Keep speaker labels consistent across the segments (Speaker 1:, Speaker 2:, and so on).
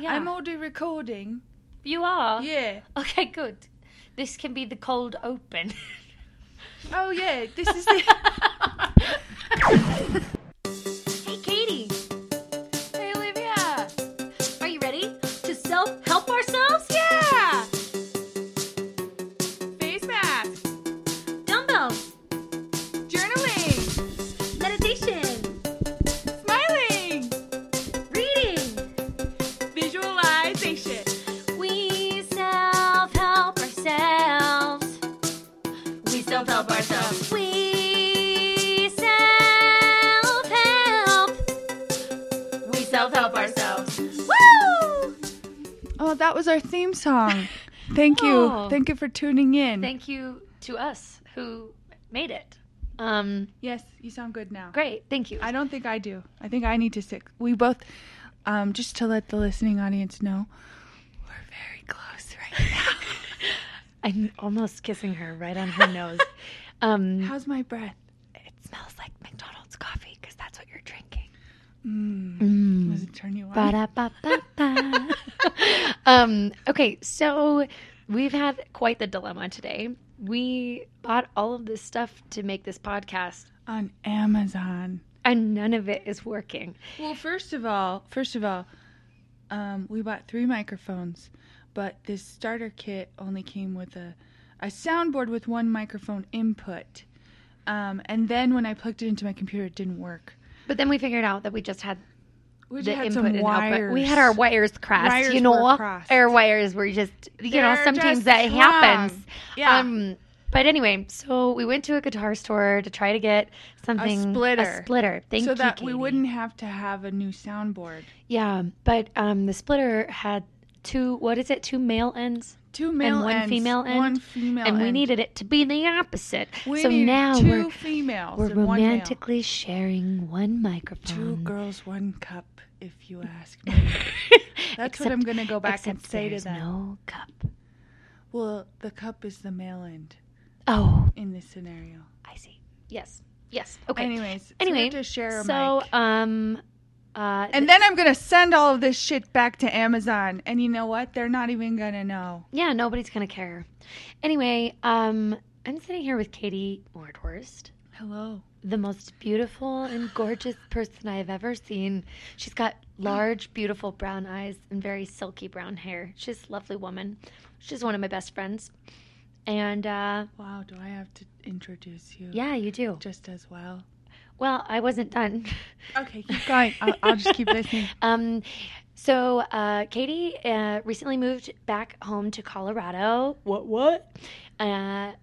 Speaker 1: yeah.
Speaker 2: I'm already recording.
Speaker 1: You are?
Speaker 2: Yeah.
Speaker 1: Okay, good. This can be the cold open.
Speaker 2: Oh yeah. This is the.
Speaker 1: hey, Katie. Hey, Olivia. Are you ready to self help ourselves? Yeah!
Speaker 2: Face mask.
Speaker 1: Dumbbells,
Speaker 2: Journaling.
Speaker 1: meditation,
Speaker 2: Smiling.
Speaker 1: reading.
Speaker 2: Visualization.
Speaker 1: We self help ourselves. We self help ourselves. We self help. We self help ourselves. Woo!
Speaker 2: Oh, that was our theme song. Thank you.
Speaker 1: Oh.
Speaker 2: Thank you for tuning in.
Speaker 1: Thank you to us who made it. Um,
Speaker 2: yes, you sound good now.
Speaker 1: great. Thank you.
Speaker 2: I don't think I do. I think I need to sit. We both, um, just to let the listening audience know, we're very close right now.
Speaker 1: I'm almost kissing her right on her nose. Um,
Speaker 2: How's my breath?
Speaker 1: it smells like McDonald's coffee because that's what you're drinking.
Speaker 2: Mm. uh, Does it turn you on?
Speaker 1: Ba-da-ba-ba-ba. um, okay, so we've had quite the dilemma today. We bought all of this stuff to make this podcast,
Speaker 2: On Amazon.
Speaker 1: and none of it is working.
Speaker 2: Well, first of all, first of all, um, we bought three microphones, but this starter kit only came with a a soundboard with one microphone input. Um, and then when I plugged it into my computer, it didn't work.
Speaker 1: But then we figured out that we just had
Speaker 2: We
Speaker 1: the
Speaker 2: just had
Speaker 1: input
Speaker 2: some
Speaker 1: and
Speaker 2: wires.
Speaker 1: output. We had our wires crossed.
Speaker 2: Wires
Speaker 1: you know,
Speaker 2: were crossed.
Speaker 1: our wires were just you know
Speaker 2: They're
Speaker 1: sometimes
Speaker 2: just
Speaker 1: that
Speaker 2: wrong.
Speaker 1: happens.
Speaker 2: Yeah.
Speaker 1: Um, but anyway, so we went to a guitar store to try to get something
Speaker 2: splitter.
Speaker 1: splitter. Thank
Speaker 2: so
Speaker 1: you,
Speaker 2: that we
Speaker 1: Katie.
Speaker 2: wouldn't have to have a new soundboard.
Speaker 1: Yeah, but um, the splitter had two. What is it? Two male ends.
Speaker 2: Two male
Speaker 1: one
Speaker 2: ends,
Speaker 1: female end,
Speaker 2: one female,
Speaker 1: and we
Speaker 2: end.
Speaker 1: needed it to be the opposite.
Speaker 2: We
Speaker 1: so
Speaker 2: need
Speaker 1: now
Speaker 2: 2
Speaker 1: we're
Speaker 2: females,
Speaker 1: we're
Speaker 2: and one male.
Speaker 1: romantically sharing one
Speaker 2: Two
Speaker 1: microphone.
Speaker 2: girls, one cup. If you ask me, that's what
Speaker 1: Except-
Speaker 2: I'm gonna go back and
Speaker 1: except
Speaker 2: say to
Speaker 1: there's
Speaker 2: them.
Speaker 1: No cup.
Speaker 2: Well, the cup is the male end
Speaker 1: Oh,
Speaker 2: in this scenario.
Speaker 1: I see. Yes. Yes. Okay.
Speaker 2: Anyways, so we
Speaker 1: Anyway,
Speaker 2: have to share a
Speaker 1: so
Speaker 2: mic.
Speaker 1: um, uh,
Speaker 2: and then I'm gonna send all of this shit back to Amazon, and you know what? They're not even gonna know.
Speaker 1: yeah, nobody's gonna care. Anyway, um, I'm sitting here with Katie Mordhorst,
Speaker 2: Hello.
Speaker 1: the most beautiful and gorgeous person I've ever seen. She's got large, beautiful brown eyes and very silky brown hair. She's a lovely woman. She's one of my best friends, and uh,
Speaker 2: Wow, do I have to introduce you?
Speaker 1: yeah, you do.
Speaker 2: Just as well.
Speaker 1: Well, I wasn't done.
Speaker 2: Okay, keep going. I'll, I'll just keep listening.
Speaker 1: Um, so uh, Katie uh, recently moved back home to Colorado. What? What? Uh, and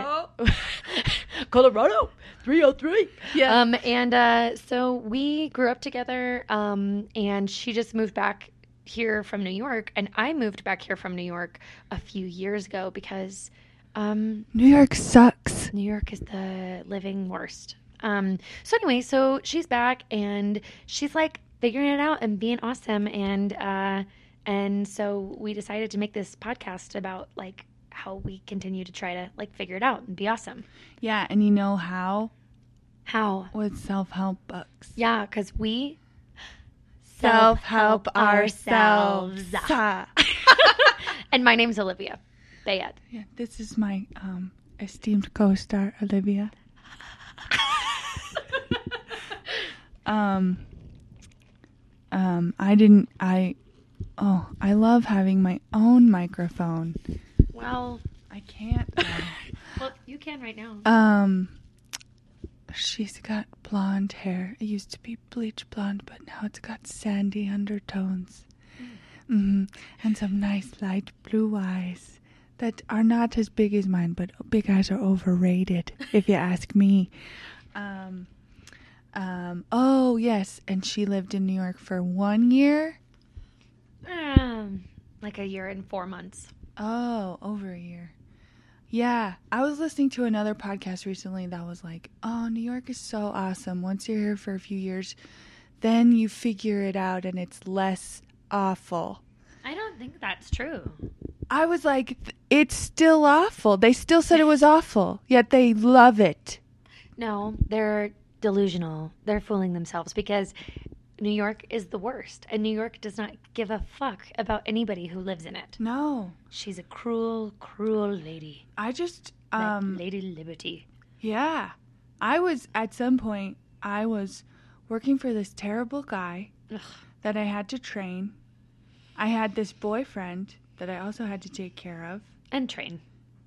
Speaker 2: Oh,
Speaker 1: Colorado, three hundred three.
Speaker 2: yeah.
Speaker 1: Um, and uh, so we grew up together. Um, and she just moved back here from New York, and I moved back here from New York a few years ago because um,
Speaker 2: New York sucks.
Speaker 1: New York is the living worst. Um, so anyway, so she's back and she's like figuring it out and being awesome and uh, and so we decided to make this podcast about like how we continue to try to like figure it out and be awesome.
Speaker 2: Yeah, and you know how?
Speaker 1: How?
Speaker 2: With self help books.
Speaker 1: Yeah, because we
Speaker 2: Self-help Ah.
Speaker 1: and my name's Olivia Bayette.
Speaker 2: Yeah, this is my um, esteemed co-star Olivia. um, um, I didn't. I oh, I love having my own microphone.
Speaker 1: Well,
Speaker 2: I can't.
Speaker 1: well, you can right now.
Speaker 2: um, she's got blonde hair. It used to be bleach blonde, but now it's got sandy undertones. hmm And some nice light blue eyes that are not as big as mine, but big eyes are overrated, if you ask me. Um, um, oh, yes. And she lived in New York for one year.
Speaker 1: Um, like a year and four months.
Speaker 2: Oh, over a year. Yeah, I was listening to another podcast recently that was like, "Oh, New York is so awesome. Once you're here for a few years, then you figure it out and it's less awful."
Speaker 1: I don't think that's true.
Speaker 2: I was like, "Th- "It's still awful. They still said it was awful, yet they love it."
Speaker 1: No, they're delusional. They're fooling themselves because New York is the worst, and New York does not give a fuck about anybody who lives in it.
Speaker 2: No,
Speaker 1: She's a cruel, cruel lady.
Speaker 2: I just
Speaker 1: like
Speaker 2: um
Speaker 1: Lady Liberty.
Speaker 2: yeah, I was at some point I was working for this terrible guy
Speaker 1: Ugh.
Speaker 2: that I had to train. I had this boyfriend that I also had to take care of
Speaker 1: And train.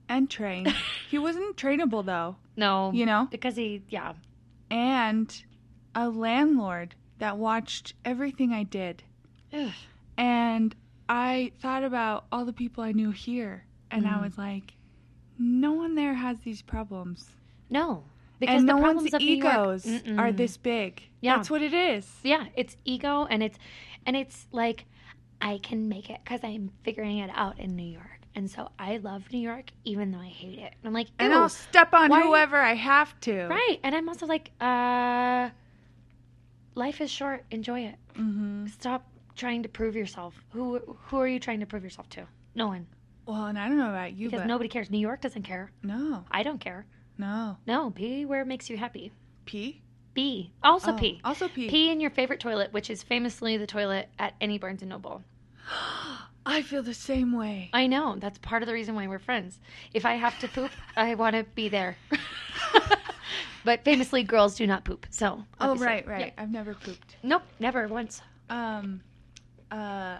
Speaker 2: and train. he wasn't trainable though,
Speaker 1: No.
Speaker 2: you know.
Speaker 1: Because he, yeah.
Speaker 2: And a landlord that watched everything I did.
Speaker 1: Ugh.
Speaker 2: And I thought about all the people I knew here, and I
Speaker 1: Mhm.
Speaker 2: was like, no one there has these problems.
Speaker 1: No. Because
Speaker 2: and
Speaker 1: the
Speaker 2: no
Speaker 1: problems
Speaker 2: one's
Speaker 1: of New York-
Speaker 2: egos are
Speaker 1: Mm-mm.
Speaker 2: this big.
Speaker 1: Yeah.
Speaker 2: That's what it is.
Speaker 1: Yeah, it's ego and it's and it's like I can make it cuz I'm figuring it out in New York. And so I love New York even though I hate it. And I'm like,
Speaker 2: And
Speaker 1: "Ew."
Speaker 2: I'll step on
Speaker 1: why-
Speaker 2: whoever I have to.
Speaker 1: right. And I'm also like, uh life is short, enjoy it.
Speaker 2: hmm
Speaker 1: Stop trying to prove yourself. Who who are you trying to prove yourself to? No one.
Speaker 2: Well, and I don't know about you,
Speaker 1: Because
Speaker 2: but
Speaker 1: nobody cares. New York doesn't care.
Speaker 2: no,
Speaker 1: I don't care.
Speaker 2: no.
Speaker 1: No, be where it makes you happy.
Speaker 2: Pee?
Speaker 1: Be. Also
Speaker 2: Oh,
Speaker 1: pee.
Speaker 2: Also pee.
Speaker 1: Pee in your favorite toilet, which is famously the toilet at any Barnes and Noble.
Speaker 2: I feel the same way.
Speaker 1: I know. That's part of the reason why we're friends. If I have to poop, I want to be there. but famously, girls do not poop. So.
Speaker 2: oh,
Speaker 1: obviously.
Speaker 2: right, right.
Speaker 1: Yeah.
Speaker 2: I've never pooped.
Speaker 1: Nope, never once.
Speaker 2: Um, uh,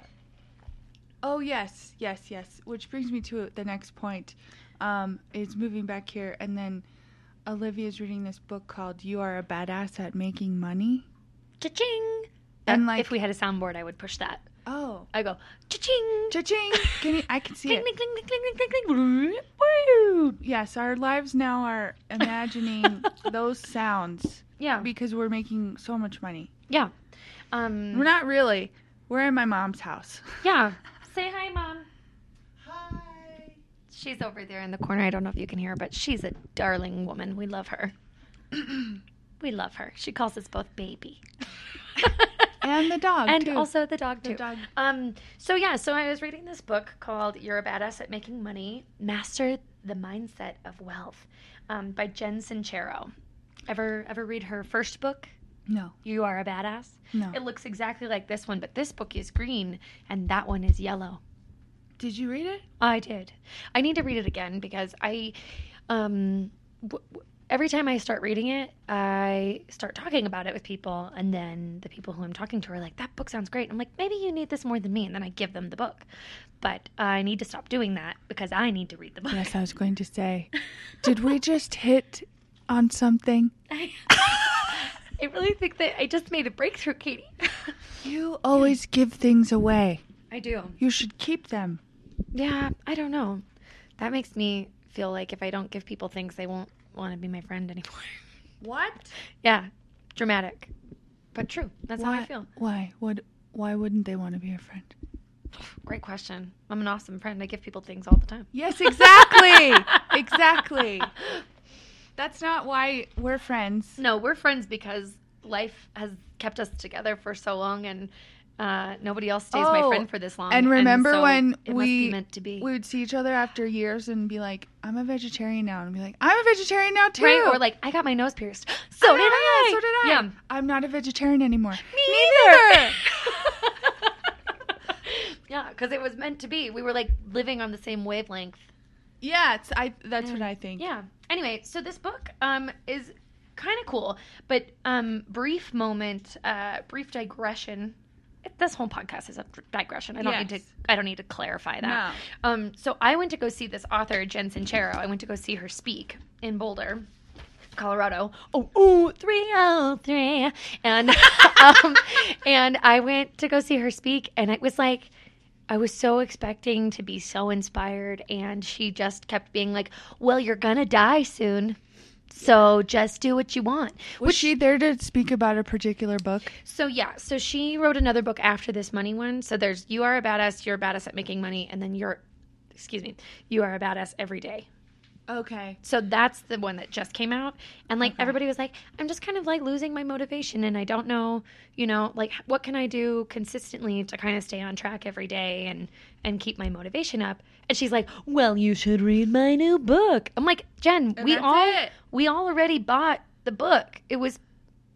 Speaker 2: oh yes, yes, yes. Which brings me to the next point. Um, is moving back here, and then Olivia's reading this book called "You Are a Badass at Making Money."
Speaker 1: Cha-ching.
Speaker 2: And,
Speaker 1: That-
Speaker 2: like-
Speaker 1: if we had a soundboard, I would push that.
Speaker 2: Oh,
Speaker 1: I go cha-ching.
Speaker 2: cha-ching! Can you, I can see
Speaker 1: Cling,
Speaker 2: it.
Speaker 1: cling, cling, cling, cling, cling, cling. Woo.
Speaker 2: Yes, our lives now are imagining those sounds
Speaker 1: Yeah,
Speaker 2: because we're making so much money.
Speaker 1: yeah. Um,
Speaker 2: Mm-hmm. We're not really. We're in my mom's house.
Speaker 1: yeah. Say hi, mom.
Speaker 2: Hi.
Speaker 1: She's over there in the corner. I don't know if you can hear her, but she's a darling woman. We love her. we love her. She calls us both baby.
Speaker 2: And the dog
Speaker 1: and
Speaker 2: too.
Speaker 1: also the dog
Speaker 2: The
Speaker 1: too.
Speaker 2: dog.
Speaker 1: Um so yeah, so I was reading this book called You're a Badass at Making Money, Master the Mindset of Wealth um, by Jen Sincero. Ever ever read her first book,
Speaker 2: no,
Speaker 1: You Are a Badass?
Speaker 2: no.
Speaker 1: It looks exactly like this one, but this book is green and that one is yellow.
Speaker 2: Did you read it?
Speaker 1: I did. I need to read it again because I, um, w- w- every time I start reading it, I start talking about it with people, and then the people who I'm talking to are like, "That book sounds great." I'm like, "Maybe you need this more than me," and then I give them the book. But I need to stop doing that because I need to read the book.
Speaker 2: Yes, I was going to say. Did we just hit on something?
Speaker 1: I really think that I just made a breakthrough, Katie.
Speaker 2: You always give things away.
Speaker 1: I do.
Speaker 2: You should keep them.
Speaker 1: Yeah, I don't know. That makes me feel like if I don't give people things, they won't want to be my friend anymore.
Speaker 2: What?
Speaker 1: Yeah, dramatic, but true. That's
Speaker 2: why,
Speaker 1: how I feel.
Speaker 2: Why? What? Why wouldn't they want to be your friend?
Speaker 1: Great question. I'm an awesome friend. I give people things all the time.
Speaker 2: Yes, exactly. exactly. That's not why we're friends.
Speaker 1: No, we're friends because life has kept us together for so long, and uh, nobody else stays my
Speaker 2: Oh,
Speaker 1: friend for this long.
Speaker 2: and remember
Speaker 1: so
Speaker 2: when
Speaker 1: it must be
Speaker 2: we-
Speaker 1: meant to be,
Speaker 2: We would see each other after years and be like, "I'm a vegetarian now," and be like, "I'm a vegetarian now too."
Speaker 1: right? Or like, I got my nose pierced. So
Speaker 2: "Ah,
Speaker 1: did I.
Speaker 2: So did I.
Speaker 1: Yeah.
Speaker 2: I'm not a vegetarian anymore.
Speaker 1: yeah, because it was meant to be. We were like living on the same wavelength.
Speaker 2: Yeah, it's, I. That's what I think.
Speaker 1: Mm. Yeah. Anyway, so this book um, is kind of cool, but um, brief moment, uh, brief digression. This whole podcast is a digression. I don't need to.
Speaker 2: Yes.
Speaker 1: I don't need to clarify that. Um, so I went to go see this author, Jen Sincero. I went to go see her speak in Boulder, Colorado. Oh, ooh, 303. And, um, and I went to go see her speak, and it was like, I was so expecting to be so inspired, and she just kept being like, Well, you're gonna die soon. So just do what you want.
Speaker 2: Was she there to speak about a particular book?
Speaker 1: So yeah, so she wrote another book after this money one. So there's you are a badass, you're a badass at making money, and then you're, excuse me, you are a badass every day.
Speaker 2: Okay.
Speaker 1: So that's the one that just came out, and like everybody was like, I'm just kind of like losing my motivation, and I don't know, you know, like what can I do consistently to kind of stay on track every day and and keep my motivation up. And she's like, Well, you should read my new book. I'm like, Jen, we
Speaker 2: that's
Speaker 1: all
Speaker 2: it.
Speaker 1: we all already bought the book. It was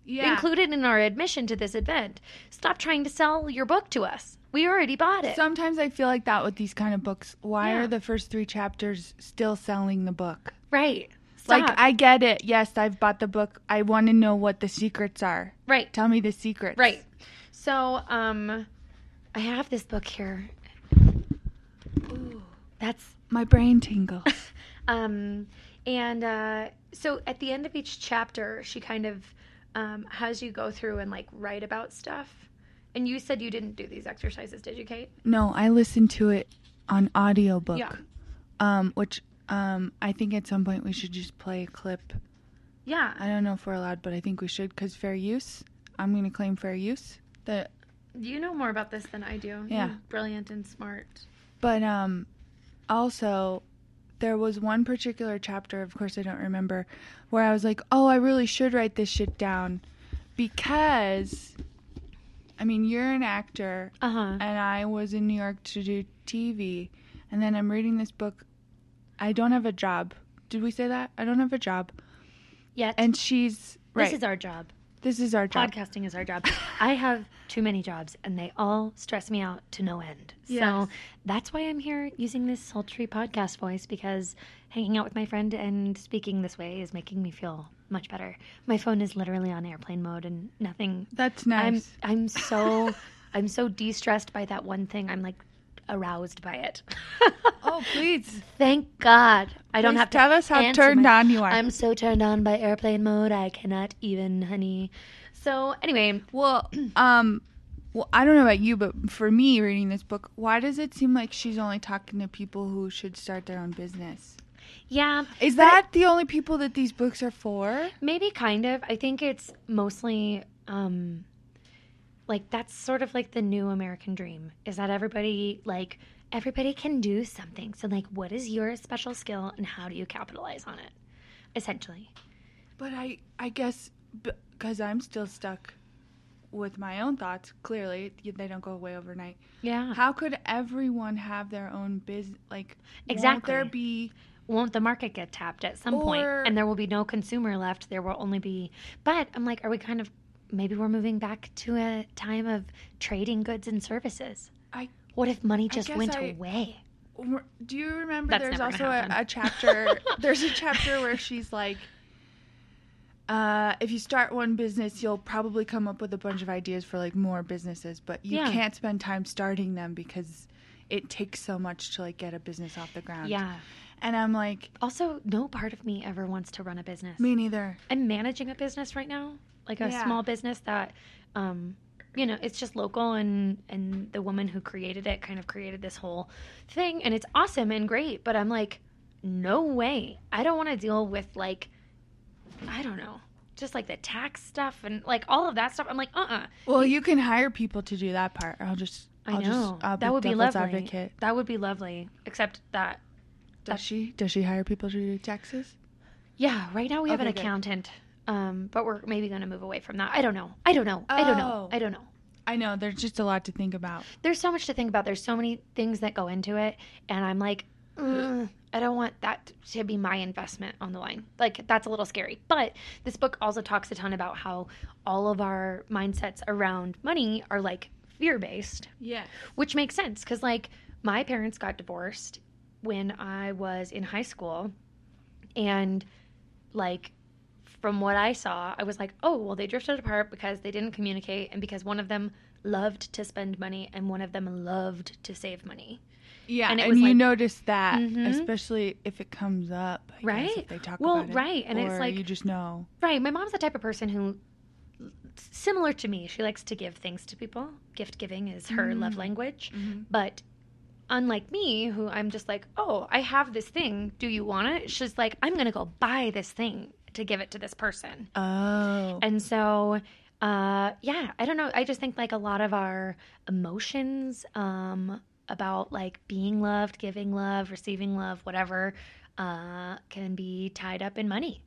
Speaker 2: Yeah.
Speaker 1: included in our admission to this event. Stop trying to sell your book to us. We already bought it.
Speaker 2: Sometimes I feel like that with these kind of books. Why
Speaker 1: Yeah.
Speaker 2: are the first three chapters still selling the book?
Speaker 1: right. Stop.
Speaker 2: Like, I get it. Yes, I've bought the book. I want to know what the secrets are.
Speaker 1: right.
Speaker 2: Tell me the secrets.
Speaker 1: Right. So, um, I have this book here. Ooh, that's
Speaker 2: My brain tingles.
Speaker 1: um, and uh, so at the end of each chapter, she kind of um, has you go through and like write about stuff. And you said you didn't do these exercises, did you, Kate?
Speaker 2: no, I listened to it on audiobook.
Speaker 1: Yeah.
Speaker 2: Um, which um, I think at some point we should just play a clip.
Speaker 1: Yeah.
Speaker 2: I don't know if we're allowed, but I think we should because fair use. I'm going to claim fair use. The
Speaker 1: You know more about this than I do.
Speaker 2: Yeah.
Speaker 1: You're brilliant and smart.
Speaker 2: But um also there was one particular chapter, of course I don't remember, where I was like, "Oh, I really should write this shit down because I mean, you're an actor
Speaker 1: Uh huh.
Speaker 2: and I was in New York to do TV and then I'm reading this book. I don't have a job. Did we say that? I don't have a job.
Speaker 1: Yet.
Speaker 2: And she's right.
Speaker 1: This is our job.
Speaker 2: this is our job.
Speaker 1: Podcasting is our job. I have too many jobs and they all stress me out to no end.
Speaker 2: Yes.
Speaker 1: So that's why I'm here using this sultry podcast voice because hanging out with my friend and speaking this way is making me feel much better. My phone is literally on airplane mode and nothing.
Speaker 2: That's nice.
Speaker 1: I'm I'm so I'm so de-stressed by that one thing. I'm like aroused by it.
Speaker 2: oh, please.
Speaker 1: Thank God. I don't
Speaker 2: Please
Speaker 1: have to
Speaker 2: tell us how
Speaker 1: answer
Speaker 2: turned
Speaker 1: my-
Speaker 2: on you are.
Speaker 1: I'm so turned on by airplane mode. I cannot even, honey. So, anyway,
Speaker 2: Well, um, well, I don't know about you, but for me, reading this book, why does it seem like she's only talking to people who should start their own business?
Speaker 1: yeah,
Speaker 2: Is that the only people that these books are for?
Speaker 1: maybe kind of. I think it's mostly um like that's sort of like the new American dream is that everybody like everybody can do something. So like what is your special skill and how do you capitalize on it? Essentially.
Speaker 2: But I, I guess because I'm still stuck with my own thoughts. Clearly, they don't go away overnight.
Speaker 1: Yeah.
Speaker 2: How could everyone have their own business? Like, won't
Speaker 1: Exactly.
Speaker 2: there be
Speaker 1: won't the market get tapped at some point?
Speaker 2: Or-
Speaker 1: and there will be no consumer left there will only be but i'm like are we kind of maybe we're moving back to a time of trading goods and services
Speaker 2: I-
Speaker 1: what if money just
Speaker 2: guess
Speaker 1: went
Speaker 2: I-
Speaker 1: away
Speaker 2: Do you remember
Speaker 1: That's
Speaker 2: there's
Speaker 1: never
Speaker 2: also
Speaker 1: gonna
Speaker 2: a,
Speaker 1: happen.
Speaker 2: a chapter there's a chapter where she's like uh, if you start one business, you'll probably come up with a bunch of ideas for like more businesses, but you
Speaker 1: Yeah.
Speaker 2: can't spend time starting them because it takes so much to like get a business off the ground.
Speaker 1: yeah
Speaker 2: And I'm like,
Speaker 1: also no part of me ever wants to run a business
Speaker 2: me neither.
Speaker 1: i'm managing a business right now like a
Speaker 2: Yeah.
Speaker 1: small business that um you know it's just local and and the woman who created it kind of created this whole thing and it's awesome and great but i'm like no way i don't want to deal with like i don't know just like the tax stuff and like all of that stuff i'm like uh-uh
Speaker 2: Well, you can hire people to do that part. I'll just
Speaker 1: i
Speaker 2: will
Speaker 1: know
Speaker 2: just I'll
Speaker 1: that would be
Speaker 2: devil's
Speaker 1: lovely
Speaker 2: advocate.
Speaker 1: that would be lovely except that
Speaker 2: Does she does she hire people to do taxes?
Speaker 1: yeah right now we have
Speaker 2: Okay,
Speaker 1: an
Speaker 2: good.
Speaker 1: accountant um but we're maybe going to move away from that i don't know i don't know i don't
Speaker 2: Oh.
Speaker 1: know i don't know
Speaker 2: I know there's just a lot to think about.
Speaker 1: there's so much to think about. There's so many things that go into it, and I'm like, "Ugh, I don't want that to be my investment on the line. Like that's a little scary. But this book also talks a ton about how all of our mindsets around money are like fear based,
Speaker 2: Yeah.
Speaker 1: which makes sense because like my parents got divorced when I was in high school, and like from what I saw, I was like, oh, well, they drifted apart because they didn't communicate and because one of them loved to spend money and one of them loved to save money.
Speaker 2: Yeah, and,
Speaker 1: And it was
Speaker 2: you
Speaker 1: like-
Speaker 2: notice that,
Speaker 1: Mhm.
Speaker 2: especially if it comes up, I guess,
Speaker 1: Right.
Speaker 2: if they talk
Speaker 1: Well,
Speaker 2: about it,
Speaker 1: right, and it's
Speaker 2: Or
Speaker 1: like-
Speaker 2: you just know.
Speaker 1: Right. My mom's the type of person who, similar to me, she likes to give things to people. Gift giving is her
Speaker 2: Mm.
Speaker 1: love language. But unlike me, who I'm just like, oh, I have this thing. Do you want it? She's like, I'm going to go buy this thing to give it to this person.
Speaker 2: Oh,
Speaker 1: And so, uh, yeah, I don't know. I just think like a lot of our emotions um, about like being loved, giving love, receiving love, whatever, uh, can be tied up in money.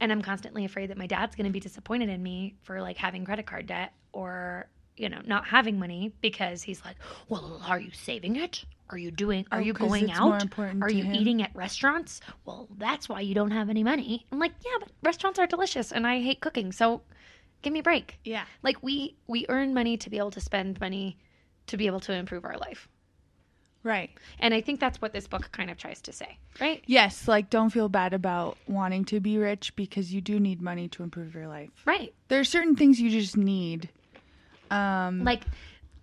Speaker 1: And I'm constantly afraid that my dad's going to be disappointed in me for like having credit card debt or you know not having money because he's like, well, are you saving it? Are you doing? Are
Speaker 2: Oh,
Speaker 1: you
Speaker 2: 'cause
Speaker 1: going
Speaker 2: it's more
Speaker 1: out?
Speaker 2: important
Speaker 1: Are
Speaker 2: to
Speaker 1: you
Speaker 2: him.
Speaker 1: eating at restaurants? Well, that's why you don't have any money. I'm like, yeah, but restaurants are delicious and I hate cooking. So Give me a break.
Speaker 2: Yeah.
Speaker 1: Like we we earn money to be able to spend money to be able to improve our life.
Speaker 2: Right.
Speaker 1: And I think that's what this book kind of tries to say, right?
Speaker 2: Yes, like don't feel bad about wanting to be rich because you do need money to improve your life.
Speaker 1: Right.
Speaker 2: There are certain things you just need. Um
Speaker 1: Like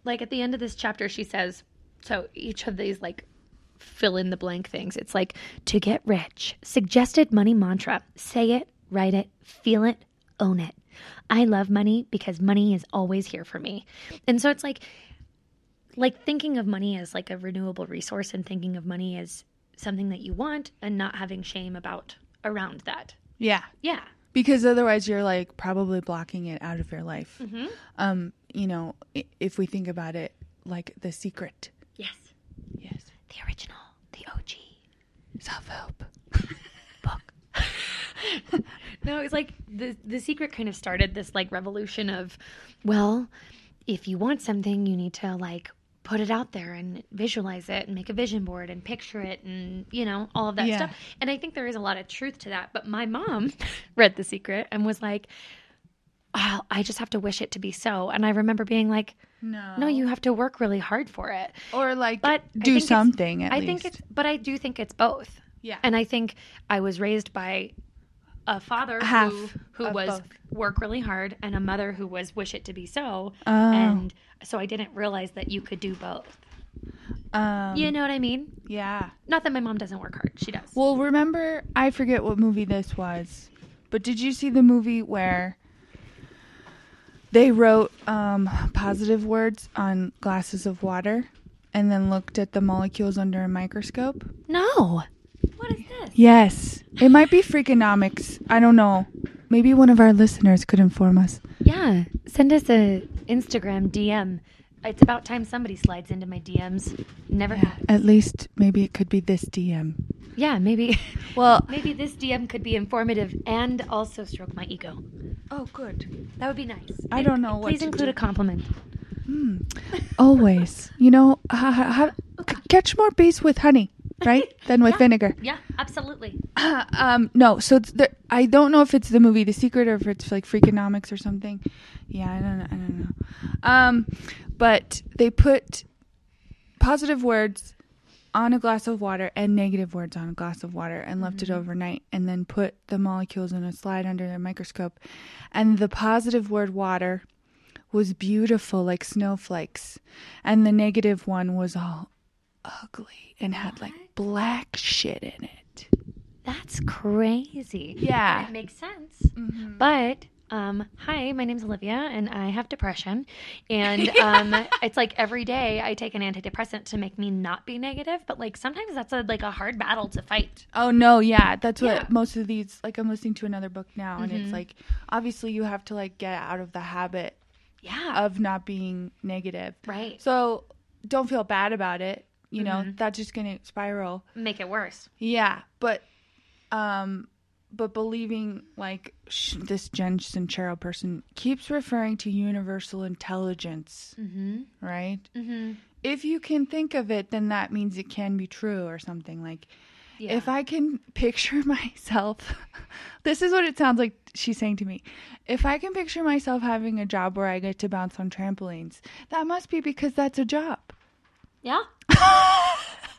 Speaker 1: like at the end of this chapter she says so each of these like fill in the blank things. It's like to get rich, suggested money mantra. Say it, write it, feel it, own it. I love money because money is always here for me. And so it's like like thinking of money as like a renewable resource and thinking of money as something that you want and not having shame about around that.
Speaker 2: yeah,
Speaker 1: Yeah.
Speaker 2: because otherwise you're like probably blocking it out of your life.
Speaker 1: Mm-hmm.
Speaker 2: Um, you know, i- if we think about it like the secret.
Speaker 1: Yes.
Speaker 2: Yes.
Speaker 1: The original, the OG
Speaker 2: Self-help.
Speaker 1: book. no, it's like the the secret kind of started this like revolution of well, if you want something, you need to like put it out there and visualize it and make a vision board and picture it and you know all of that
Speaker 2: Yeah.
Speaker 1: stuff. And I think there is a lot of truth to that, but my mom read The Secret and was like, "Oh, I just have to wish it to be so." And I remember being like,
Speaker 2: No.
Speaker 1: "No, you have to work really hard for it."
Speaker 2: or like
Speaker 1: But I think
Speaker 2: do
Speaker 1: it's-
Speaker 2: something at
Speaker 1: I
Speaker 2: least.
Speaker 1: think it's but I do think it's both.
Speaker 2: yeah.
Speaker 1: And I think I was raised by a father
Speaker 2: Half
Speaker 1: who, who
Speaker 2: of
Speaker 1: was
Speaker 2: both.
Speaker 1: work really hard and a mother who was wish it to be so.
Speaker 2: Oh.
Speaker 1: And so I didn't realize that you could do both.
Speaker 2: um,
Speaker 1: You know what I mean?
Speaker 2: yeah.
Speaker 1: Not that my mom doesn't work hard. She does.
Speaker 2: Well, remember, I forget what movie this was, but did you see the movie where they wrote um, positive words on glasses of water and then looked at the molecules under a microscope?
Speaker 1: no. What is this?
Speaker 2: Yes. It might be Freakonomics. I don't know. Maybe one of our listeners could inform us.
Speaker 1: Yeah. Send us a Instagram DM. It's about time somebody slides into my DMs. Never
Speaker 2: Yeah,
Speaker 1: had.
Speaker 2: at least maybe it could be this DM.
Speaker 1: Yeah, maybe
Speaker 2: Well,
Speaker 1: maybe this DM could be informative and also stroke my ego.
Speaker 2: oh, good.
Speaker 1: That would be nice.
Speaker 2: I
Speaker 1: And
Speaker 2: don't know what
Speaker 1: Please
Speaker 2: to
Speaker 1: include
Speaker 2: do.
Speaker 1: a compliment.
Speaker 2: Hmm. Always. You know, ha, ha, ha, c- catch more bees with honey, right? Than with
Speaker 1: Yeah.
Speaker 2: vinegar.
Speaker 1: Yeah, absolutely.
Speaker 2: um, no, so it's the, I don't know if it's the movie The Secret or if it's like Freakonomics or something. Yeah, I don't know. I don't know. Um, but they put positive words on a glass of water and negative words on a glass of water and left it overnight and then put the molecules in a slide under their microscope. And the positive word water was beautiful like snowflakes. And the negative one was all ugly and had like black shit in it.
Speaker 1: That's crazy.
Speaker 2: Yeah. Mm-hmm.
Speaker 1: It makes sense. But um, hi, my name's Olivia, and I have depression. And um, it's like every day I take an antidepressant to make me not be negative. But like sometimes that's a, like a hard battle to fight.
Speaker 2: Oh no, yeah, that's what
Speaker 1: Yeah.
Speaker 2: most of these. Like, I'm listening to another book now, and it's like, obviously, you have to like get out of the habit
Speaker 1: Yeah.
Speaker 2: of not being negative.
Speaker 1: right.
Speaker 2: So don't feel bad about it. You know, that's just gonna spiral.
Speaker 1: Make it worse.
Speaker 2: Yeah, but, um, but believing like sh- this Jen Sincero person keeps referring to universal intelligence,
Speaker 1: Mm-hmm.
Speaker 2: right?
Speaker 1: Mm-hmm.
Speaker 2: If you can think of it, then that means it can be true or something like.
Speaker 1: Yeah.
Speaker 2: If I can picture myself, this is what it sounds like she's saying to me. If I can picture myself having a job where I get to bounce on trampolines, that must be because that's a job.
Speaker 1: yeah.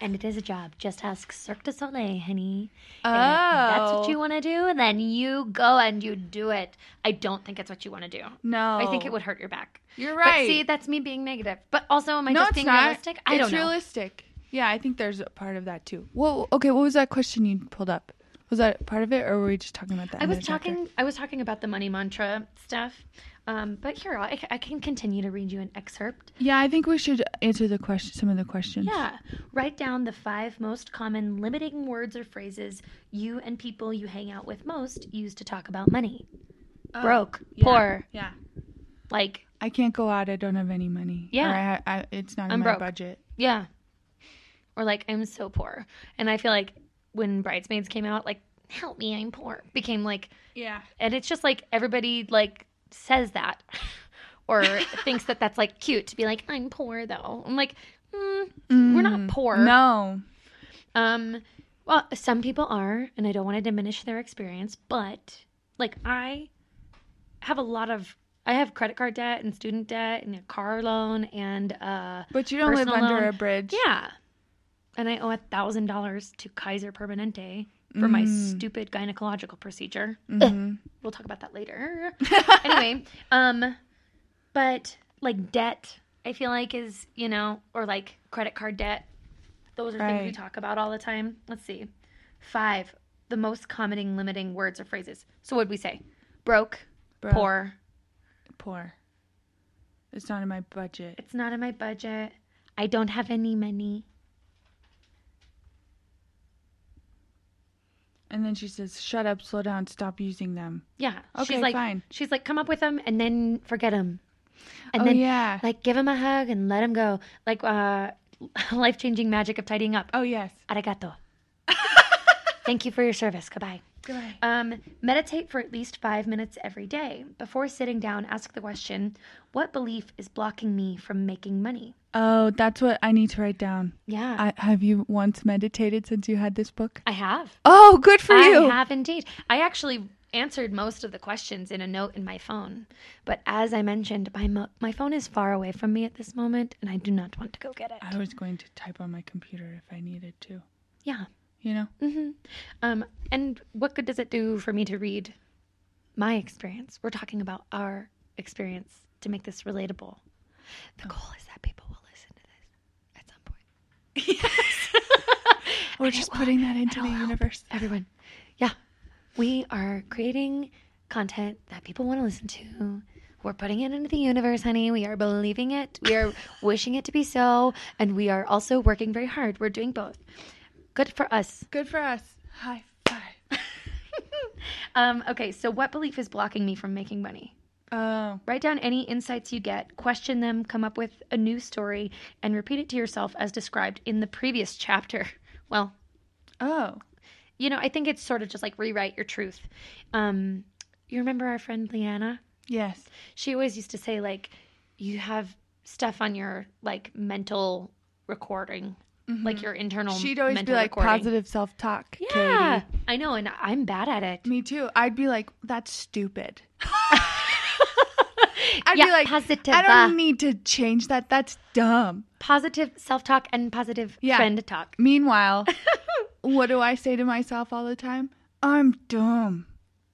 Speaker 1: And it is a job. Just ask Cirque du Soleil, honey. And if that's what
Speaker 2: Oh.
Speaker 1: you want to do, then you go and you do it. I don't think it's what you want to do.
Speaker 2: No.
Speaker 1: I think it would hurt your back.
Speaker 2: Oh. You're
Speaker 1: But
Speaker 2: right.
Speaker 1: see, that's me being negative. But also, am I
Speaker 2: no,
Speaker 1: just
Speaker 2: it's
Speaker 1: being
Speaker 2: not.
Speaker 1: realistic? I
Speaker 2: it's
Speaker 1: don't know.
Speaker 2: realistic. Yeah, I think there's a part of that too. Well, okay, what was that question you pulled up? Was that part of it, or were we just talking about that?
Speaker 1: I
Speaker 2: in
Speaker 1: was
Speaker 2: the chapter?
Speaker 1: talking. I was talking about the money mantra stuff. Um, but here, I, I can continue to read you an excerpt.
Speaker 2: Yeah, I think we should answer the question. Some of the questions.
Speaker 1: Yeah. Write down the five most common limiting words or phrases you and people you hang out with most use to talk about money. Broke, poor,
Speaker 2: Oh, Yeah.
Speaker 1: like
Speaker 2: I can't go out. I don't have any money.
Speaker 1: Yeah.
Speaker 2: Or I, I, it's not
Speaker 1: I'm
Speaker 2: in my
Speaker 1: broke.
Speaker 2: budget.
Speaker 1: yeah, or like I'm so poor. And I feel like when bridesmaids came out, like help me, I'm poor became like
Speaker 2: Yeah.
Speaker 1: and it's just like everybody like says that or thinks that that's like cute to be like i'm poor though i'm like mm, we're not poor
Speaker 2: No.
Speaker 1: um well some people are and i don't want to diminish their experience but like i have a lot of I have credit card debt and student debt and a car loan and uh
Speaker 2: But you don't live
Speaker 1: Personal
Speaker 2: under
Speaker 1: loan.
Speaker 2: a bridge.
Speaker 1: yeah. And I owe a thousand dollars to Kaiser Permanente for my stupid gynecological procedure.
Speaker 2: Mhm.
Speaker 1: We'll talk about that later. anyway, um but like debt, I feel like is, you know, or like credit card debt. Those are things we
Speaker 2: Right.
Speaker 1: talk about all the time. Let's see. Five, the most commenting limiting words or phrases. So what'd we say? Broke,
Speaker 2: Bro,
Speaker 1: poor,
Speaker 2: Poor. It's not in my budget.
Speaker 1: it's not in my budget. I don't have any money.
Speaker 2: And then she says, "Shut up, slow down, stop using them."
Speaker 1: Yeah.
Speaker 2: Okay,
Speaker 1: she's like,
Speaker 2: fine.
Speaker 1: She's like, come up with them and then forget them. And
Speaker 2: oh
Speaker 1: then,
Speaker 2: yeah.
Speaker 1: like, give him a hug and let him go. Like, uh, life changing magic of tidying up.
Speaker 2: oh yes.
Speaker 1: Arigato. Thank you for your service. Goodbye.
Speaker 2: Goodbye.
Speaker 1: Um, meditate for at least five minutes every day. Before sitting down, ask the question What belief is blocking me from making money?
Speaker 2: Oh, that's what I need to write down.
Speaker 1: Yeah. I,
Speaker 2: I, have you once meditated since you had this book?
Speaker 1: have.
Speaker 2: Oh, good for you.
Speaker 1: I have indeed. I actually answered most of the questions in a note in my phone. But as I mentioned, my, mo- my phone is far away from me at this moment, and I do not want to go get it.
Speaker 2: I was going to type on my computer if I needed to.
Speaker 1: Yeah.
Speaker 2: You know?
Speaker 1: hmm Um, and what good does it do for me to read my experience? We're talking about our experience to make this relatable. The goal is that people will listen to this at some point.
Speaker 2: We're just putting that into the universe.
Speaker 1: Everyone. Yeah. We are creating content that people want to listen to. We're putting it into the universe, honey. We are believing it. We are wishing it to be so. And we are also working very hard. We're doing both. Good for us.
Speaker 2: Good for us. High five.
Speaker 1: Um, okay, so what belief is blocking me from making money?
Speaker 2: Oh,
Speaker 1: Write down any insights you get, question them, come up with a new story, and repeat it to yourself as described in the previous chapter. Well,
Speaker 2: oh,
Speaker 1: you know, I think it's sort of just like rewrite your truth. Um, you remember our friend Leanna?
Speaker 2: yes.
Speaker 1: She always used to say like, you have stuff on your like mental recording, like your internal.
Speaker 2: Mm-hmm. She'd always be
Speaker 1: Um, mental
Speaker 2: like
Speaker 1: recording.
Speaker 2: positive self talk.
Speaker 1: Yeah, I know, and I'm bad at it.
Speaker 2: Me too. I'd be like, that's stupid. I'd
Speaker 1: yeah,
Speaker 2: be like,
Speaker 1: positive,
Speaker 2: I
Speaker 1: uh,
Speaker 2: don't need to change that. That's dumb.
Speaker 1: positive self-talk and positive
Speaker 2: Yeah.
Speaker 1: friend talk.
Speaker 2: Meanwhile, what do I say to myself all the time? I'm dumb.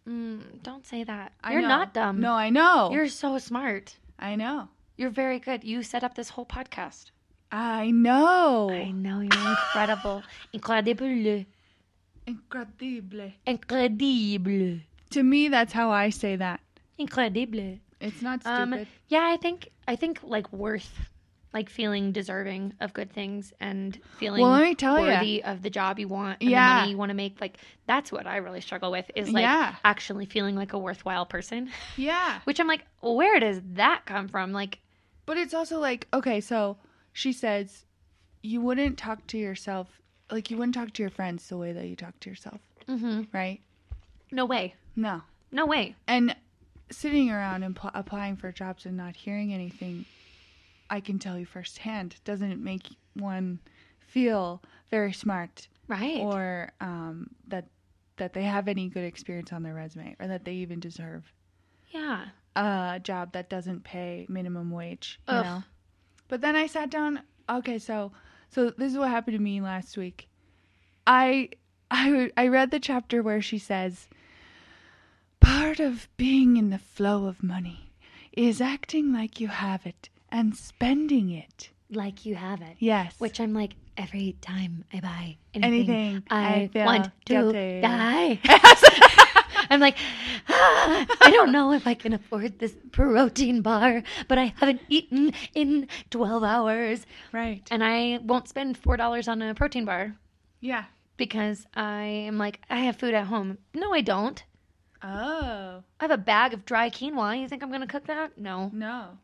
Speaker 1: Mm, don't say that.
Speaker 2: I
Speaker 1: You're
Speaker 2: know.
Speaker 1: not dumb.
Speaker 2: No, I know.
Speaker 1: You're so smart.
Speaker 2: I know.
Speaker 1: You're very good. You set up this whole podcast.
Speaker 2: I know.
Speaker 1: I know you're incredible. incredible.
Speaker 2: Incredible.
Speaker 1: Incredible.
Speaker 2: To me, that's how I say that.
Speaker 1: Incredible.
Speaker 2: It's not stupid.
Speaker 1: Um yeah, I think I think like worth like feeling deserving of good things and feeling
Speaker 2: Well, let me tell ya.
Speaker 1: worthy of the job you want and
Speaker 2: Yeah.
Speaker 1: the money you want to make. Like that's what I really struggle with is like
Speaker 2: Yeah.
Speaker 1: actually feeling like a worthwhile person.
Speaker 2: yeah.
Speaker 1: Which I'm like, where does that come from? Like
Speaker 2: But it's also like, okay, so she says you wouldn't talk to yourself, like you wouldn't talk to your friends the way that you talk to yourself,
Speaker 1: mhm.
Speaker 2: right?
Speaker 1: no way.
Speaker 2: No.
Speaker 1: No way.
Speaker 2: And sitting around and pl- applying for jobs and not hearing anything, I can tell you firsthand, doesn't make one feel very smart
Speaker 1: Right.
Speaker 2: or um, that that they have any good experience on their resume or that they even deserve
Speaker 1: yeah.
Speaker 2: a job that doesn't pay minimum wage, you
Speaker 1: Ugh.
Speaker 2: know. But then I sat down. Okay, so so this is what happened to me last week. I I I read the chapter where she says part of being in the flow of money is acting like you have it and spending it.
Speaker 1: Like you have it.
Speaker 2: Yes.
Speaker 1: Which I'm like, every time I buy anything,
Speaker 2: Anything,
Speaker 1: I,
Speaker 2: I feel
Speaker 1: want to
Speaker 2: guilty.
Speaker 1: die. I'm like, "Ah, I don't know if I can afford this protein bar, but I haven't eaten in 12 hours.
Speaker 2: right.
Speaker 1: And I won't spend $4 on a protein bar
Speaker 2: yeah.
Speaker 1: because I am like, I have food at home. No, I don't.
Speaker 2: Oh,
Speaker 1: I have a bag of dry quinoa. You think I'm going to cook that? No.
Speaker 2: no.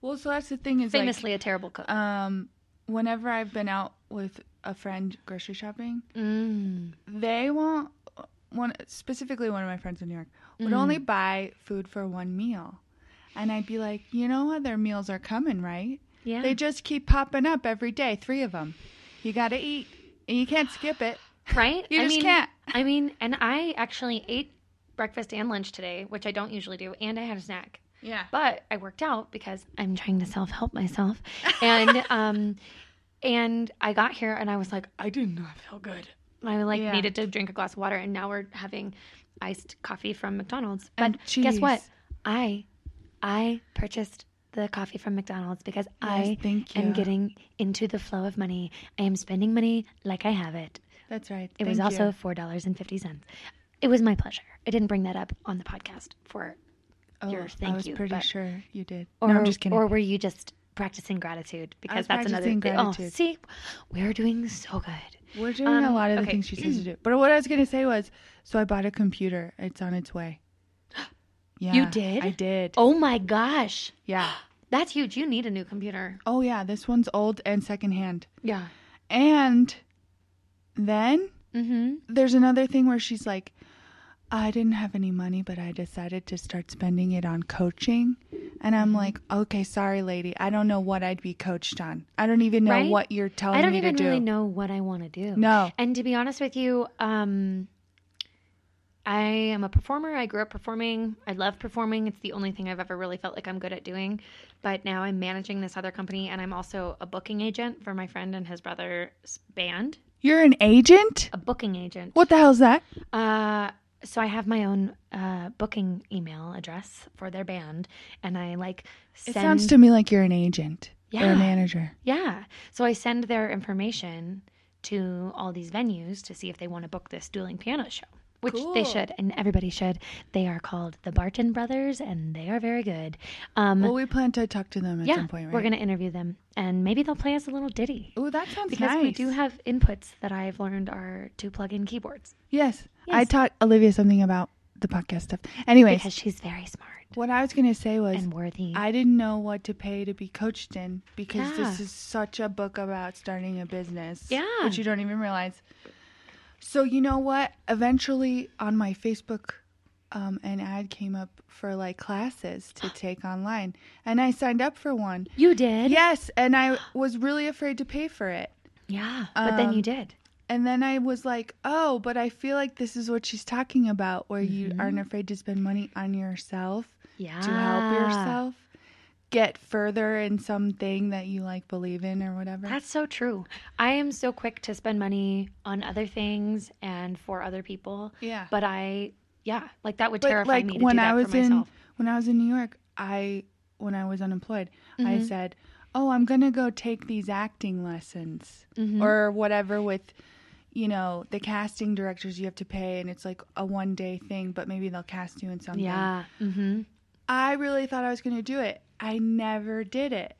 Speaker 2: Well, so that's the thing is like
Speaker 1: Famously a terrible cook.
Speaker 2: um whenever I've been out with a friend grocery shopping,
Speaker 1: mm.
Speaker 2: they won't one specifically one of my friends in New York
Speaker 1: Mm-hmm.
Speaker 2: would only buy food for one meal. And I'd be like, "You know what? Their meals are coming, right?
Speaker 1: Yeah.
Speaker 2: They just keep popping up every day, three of them. You got to eat. And you can't skip it."
Speaker 1: Right?
Speaker 2: You
Speaker 1: I
Speaker 2: just
Speaker 1: mean,
Speaker 2: can't.
Speaker 1: I mean, and I actually ate breakfast and lunch today, which I don't usually do, and I had a snack.
Speaker 2: Yeah.
Speaker 1: But I worked out because I'm trying to self help myself. And um and I got here and I was like, I did not feel good. I like
Speaker 2: Yeah.
Speaker 1: needed to drink a glass of water and now we're having iced coffee from McDonald's. But
Speaker 2: And
Speaker 1: guess what?
Speaker 2: cheese.
Speaker 1: I I purchased the coffee from McDonald's because I
Speaker 2: Yes, thank you.
Speaker 1: am getting into the flow of money. I am spending money like I have it.
Speaker 2: That's right.
Speaker 1: It was
Speaker 2: Thank
Speaker 1: also
Speaker 2: you.
Speaker 1: four dollars and fifty cents. It was my pleasure. I didn't bring that up on the podcast for
Speaker 2: oh,
Speaker 1: your thank
Speaker 2: I was
Speaker 1: you,
Speaker 2: pretty
Speaker 1: but-
Speaker 2: sure you did.
Speaker 1: or
Speaker 2: no, I'm just kidding.
Speaker 1: or were you just practicing gratitude because
Speaker 2: was
Speaker 1: that's another
Speaker 2: practicing
Speaker 1: thing. Oh,
Speaker 2: gratitude.
Speaker 1: see, we're doing so good.
Speaker 2: We're doing a
Speaker 1: um,
Speaker 2: lot of the
Speaker 1: okay.
Speaker 2: things she says to do. But what I was gonna say was, so I bought a computer. It's on its way. Yeah,
Speaker 1: did?
Speaker 2: I did.
Speaker 1: Oh my gosh.
Speaker 2: Yeah.
Speaker 1: That's huge. You need a new computer.
Speaker 2: Oh yeah, this one's old and secondhand.
Speaker 1: Yeah.
Speaker 2: And then
Speaker 1: Mhm.
Speaker 2: there's another thing where she's like, I didn't have any money, but I decided to start spending it on coaching. And
Speaker 1: Mm-hmm.
Speaker 2: I'm like, okay, sorry, lady. I don't know what I'd be coached on. I don't even know
Speaker 1: Right?
Speaker 2: what you're telling
Speaker 1: I don't
Speaker 2: me
Speaker 1: even
Speaker 2: to do.
Speaker 1: really know what I want to do.
Speaker 2: No.
Speaker 1: And to be honest with you, um I am a performer. I grew up performing. I love performing. It's the only thing I've ever really felt like I'm good at doing. But now I'm managing this other company and I'm also a booking agent for my friend and his brother's band.
Speaker 2: You're an agent?
Speaker 1: A booking agent.
Speaker 2: What the hell's that?
Speaker 1: Uh, so I have my own uh, booking email address for their band, and I like
Speaker 2: It
Speaker 1: send.
Speaker 2: sounds to me like you're an agent or
Speaker 1: Yeah.
Speaker 2: a manager.
Speaker 1: yeah, so I send their information to all these venues to see if they want to book this dueling piano show, which they
Speaker 2: Cool.
Speaker 1: should, and everybody should. They are called the Barton Brothers, and they are very good. Um,
Speaker 2: Well, we plan to talk to them at
Speaker 1: yeah,
Speaker 2: some point, right?
Speaker 1: we're gonna interview them, and maybe they'll play us a little ditty.
Speaker 2: Oh, that sounds
Speaker 1: Because
Speaker 2: nice.
Speaker 1: we do have inputs that I've learned are to plug in keyboards
Speaker 2: yes. I
Speaker 1: Yes.
Speaker 2: taught Olivia something about the podcast stuff. Anyways,
Speaker 1: because she's very smart
Speaker 2: what I was going to say was
Speaker 1: and worthy.
Speaker 2: I didn't know what to pay to be coached in because this
Speaker 1: Yeah.
Speaker 2: is such a book about starting a business.
Speaker 1: Yeah.
Speaker 2: Which you don't even realize. So, you know what? Eventually, on my Facebook, um, an ad came up for like classes to take online, and I signed up for one.
Speaker 1: you did,
Speaker 2: Yes, and I was really afraid to pay for it.
Speaker 1: Yeah, but then you
Speaker 2: Um,
Speaker 1: did.
Speaker 2: And then I was like, oh, but I feel like this is what she's talking about, where you aren't afraid to spend money on yourself
Speaker 1: Yeah.
Speaker 2: to help yourself get further in something that you like believe in or whatever.
Speaker 1: That's so true. I am so quick to spend money on other things and for other people.
Speaker 2: yeah.
Speaker 1: But I, yeah, like that would
Speaker 2: But,
Speaker 1: terrify
Speaker 2: like
Speaker 1: me to
Speaker 2: when
Speaker 1: do that
Speaker 2: I was
Speaker 1: for myself.
Speaker 2: in when I was in New York, I when I was unemployed,
Speaker 1: Mm-hmm.
Speaker 2: I said, "Oh, I'm going to go take these acting lessons
Speaker 1: Mm-hmm.
Speaker 2: or whatever with you know, the casting directors you have to pay and it's like a one-day thing, but maybe they'll cast you in something."
Speaker 1: yeah. hmm
Speaker 2: I really thought I was going to do it. I never did it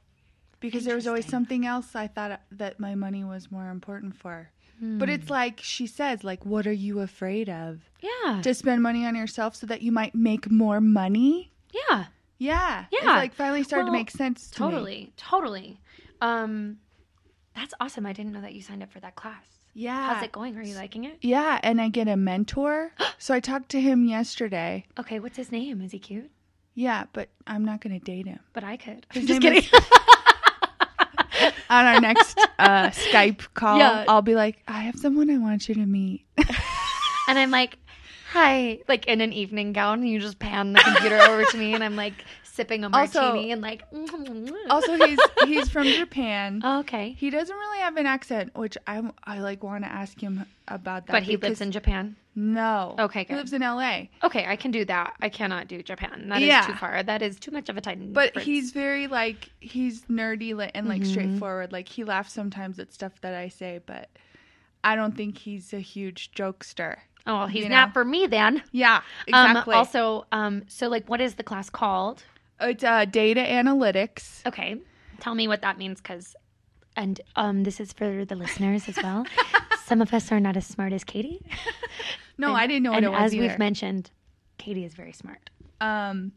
Speaker 2: because there was always
Speaker 1: Interesting.
Speaker 2: something else I thought that my money was more important for. But it's
Speaker 1: Hmm.
Speaker 2: like she says, like, what are you afraid of?
Speaker 1: Yeah.
Speaker 2: To spend money on yourself so that you might make more money?
Speaker 1: yeah.
Speaker 2: Yeah. It's
Speaker 1: Yeah.
Speaker 2: like finally started to
Speaker 1: Well,
Speaker 2: make sense to me.
Speaker 1: Totally. Totally. Um, that's awesome. I didn't know that you signed up for that class.
Speaker 2: Yeah.
Speaker 1: How's it going? Are you liking it?
Speaker 2: Yeah. And I get a mentor. so I talked to him yesterday.
Speaker 1: Okay. What's his name? Is he cute?
Speaker 2: Yeah, but I'm not going to date him.
Speaker 1: But I could.
Speaker 2: His
Speaker 1: Just
Speaker 2: name
Speaker 1: kidding.
Speaker 2: is- On our next uh, Skype call,
Speaker 1: Yeah.
Speaker 2: I'll be like, I have someone I want you to meet.
Speaker 1: and I'm like, hi, like in an evening gown. You just pan the computer over to me, and I'm like sipping a
Speaker 2: Also-
Speaker 1: martini and like.
Speaker 2: also he's he's from Japan.
Speaker 1: okay,
Speaker 2: He doesn't really have an accent, which I I like want to ask him about that.
Speaker 1: but he
Speaker 2: because-
Speaker 1: lives in Japan.
Speaker 2: no.
Speaker 1: Okay,
Speaker 2: he
Speaker 1: good.
Speaker 2: lives in L.A.
Speaker 1: Okay, I can do that. I cannot do Japan. That is
Speaker 2: Yeah.
Speaker 1: too far. That is too much of a time.
Speaker 2: But
Speaker 1: difference.
Speaker 2: he's very like he's nerdy li- and
Speaker 1: Mm-hmm.
Speaker 2: like straightforward. Like he laughs sometimes at stuff that I say, but I don't think he's a huge jokester.
Speaker 1: oh, well, he's
Speaker 2: you
Speaker 1: not
Speaker 2: know.
Speaker 1: for me then.
Speaker 2: Yeah, exactly.
Speaker 1: Um, also, um, so like, what is the class called?
Speaker 2: it's uh, data analytics.
Speaker 1: Okay, tell me what that means, because, and um, this is for the listeners as well. Some of us are not as smart as Katie.
Speaker 2: No, I didn't know what
Speaker 1: and
Speaker 2: it was
Speaker 1: as
Speaker 2: either.
Speaker 1: we've mentioned, Katie is very smart.
Speaker 2: um,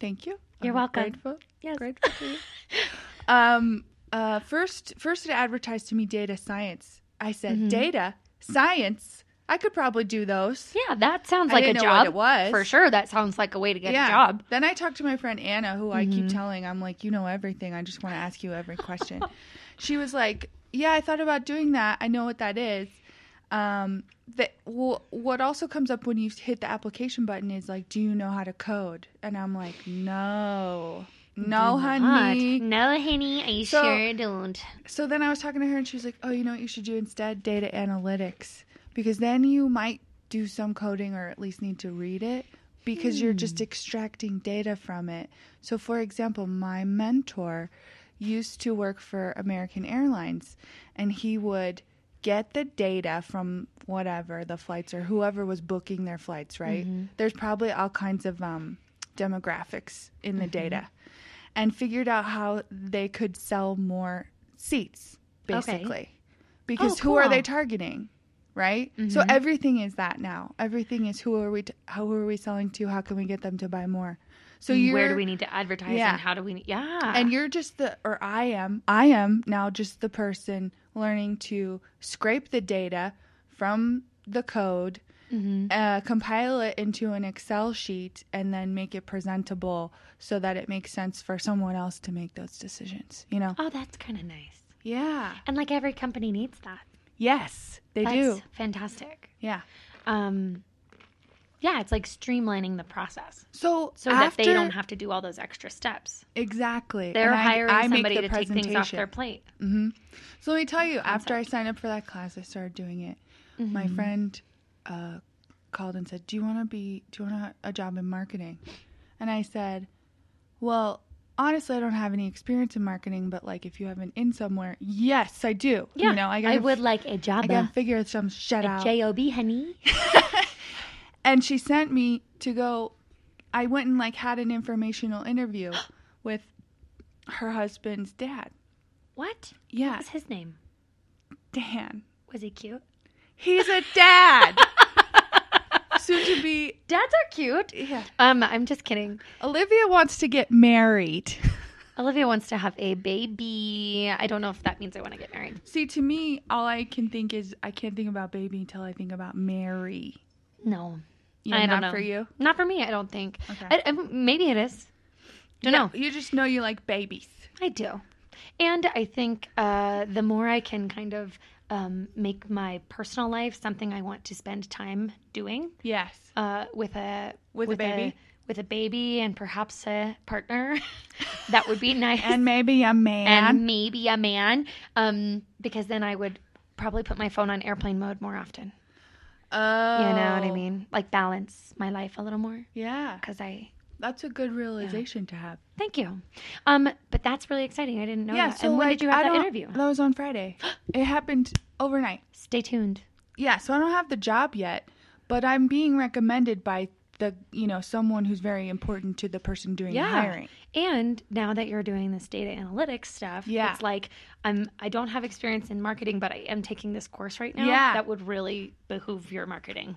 Speaker 2: thank you.
Speaker 1: You're
Speaker 2: I'm
Speaker 1: welcome.
Speaker 2: Grateful.
Speaker 1: Yes.
Speaker 2: Grateful to you. Um, uh, first, first it advertised to me data science. I said
Speaker 1: Mm-hmm.
Speaker 2: data science. I could probably do those.
Speaker 1: Yeah, that sounds
Speaker 2: I
Speaker 1: like a
Speaker 2: didn't
Speaker 1: job.
Speaker 2: know what it was.
Speaker 1: For sure, that sounds like a way to get a job. Mm-hmm.
Speaker 2: Then I talked to my friend Anna, who I keep telling, I'm like, you know everything. I just want to ask you every question. she was like, yeah, I thought about doing that. I know what that is. Um, that well, what also comes up when you hit the application button is like, do you know how to code? And I'm like, no, no,
Speaker 1: Do
Speaker 2: Oh, honey.
Speaker 1: not. No, honey. Are you
Speaker 2: So-
Speaker 1: sure don't?
Speaker 2: So then I was talking to her and she was like, oh, you know what you should do instead? Data analytics. Because then you might do some coding or at least need to read it because you're just extracting data from it. So, for example, my mentor used to work for American Airlines and he would get the data from whatever the flights or whoever was booking their flights, right? There's probably all kinds of um, demographics in the data and figured out how they could sell more seats,
Speaker 1: Okay.
Speaker 2: basically. Because
Speaker 1: Oh,
Speaker 2: who are they
Speaker 1: cool. Mm-hmm.
Speaker 2: targeting? Right? So everything is that now. Everything is who are we t- how are we selling to? How can we get them to buy more? So you
Speaker 1: Where do we need to advertise?
Speaker 2: Yeah.
Speaker 1: And how do we? Yeah.
Speaker 2: and you're just the or I am I am now just the person learning to scrape the data from the code,
Speaker 1: Mm-hmm.
Speaker 2: uh, compile it into an Excel sheet, and then make it presentable so that it makes sense for someone else to make those decisions. You know?
Speaker 1: oh, that's kind of nice.
Speaker 2: Yeah.
Speaker 1: And like every company needs that.
Speaker 2: Yes, they
Speaker 1: that's
Speaker 2: do.
Speaker 1: fantastic.
Speaker 2: Yeah.
Speaker 1: Um, yeah, it's like streamlining the process
Speaker 2: So
Speaker 1: so
Speaker 2: after,
Speaker 1: that they don't have to do all those extra steps.
Speaker 2: exactly.
Speaker 1: They're
Speaker 2: And I-
Speaker 1: hiring
Speaker 2: I make
Speaker 1: somebody
Speaker 2: the
Speaker 1: to take things off their
Speaker 2: presentation.
Speaker 1: plate.
Speaker 2: So let me tell you, after I signed up for that class, I started doing it.
Speaker 1: Mm-hmm.
Speaker 2: My friend uh, called and said, "Do you want to be? Do you want a, a job in marketing?" And I said, "Well, honestly, I don't have any experience in marketing, but like, if you have an in somewhere, yes, I do.
Speaker 1: Yeah,
Speaker 2: you know, I,
Speaker 1: I,
Speaker 2: gotta,
Speaker 1: would like a job.
Speaker 2: I gotta figure some shit out."
Speaker 1: job, honey.
Speaker 2: and she sent me to go i went and like had an informational interview with her husband's dad
Speaker 1: What?
Speaker 2: yeah
Speaker 1: What's his name?
Speaker 2: dan
Speaker 1: Was he cute?
Speaker 2: he's a dad soon to be
Speaker 1: Dads are cute.
Speaker 2: yeah
Speaker 1: Um, I'm just kidding.
Speaker 2: olivia wants to get married
Speaker 1: Olivia wants to have a baby. I don't know if that means I want to get married.
Speaker 2: see to me all i can think is i can't think about baby until i think about mary
Speaker 1: No,
Speaker 2: yeah
Speaker 1: I don't
Speaker 2: not
Speaker 1: know.
Speaker 2: for you
Speaker 1: not for me. I don't think.
Speaker 2: Okay.
Speaker 1: I, I- maybe it is. Don't know.
Speaker 2: you just know you like babies
Speaker 1: I do. And I think uh, the more I can kind of um, make my personal life something I want to spend time doing
Speaker 2: yes
Speaker 1: uh, with a
Speaker 2: With a baby?
Speaker 1: with a baby and perhaps a partner, that would be nice.
Speaker 2: and maybe a man
Speaker 1: and maybe a man, um, because then I would probably put my phone on airplane mode more often.
Speaker 2: oh
Speaker 1: You know what I mean? Like balance my life a little more
Speaker 2: yeah
Speaker 1: because I.
Speaker 2: that's a good realization to have
Speaker 1: Thank you. Um, but that's really exciting. I didn't know
Speaker 2: Yeah.
Speaker 1: that.
Speaker 2: So
Speaker 1: Oh, and when
Speaker 2: like,
Speaker 1: did you have
Speaker 2: I
Speaker 1: that
Speaker 2: don't-
Speaker 1: interview?
Speaker 2: That was on Friday. it happened overnight.
Speaker 1: Stay tuned.
Speaker 2: Yeah. So I don't have the job yet, but I'm being recommended by the you know someone who's very important to the person doing the hiring.
Speaker 1: And now that you're doing this data analytics stuff,
Speaker 2: Yeah.
Speaker 1: it's like I'm I don't have experience in marketing, but I am taking this course right now.
Speaker 2: Yeah.
Speaker 1: That would really behoove your marketing.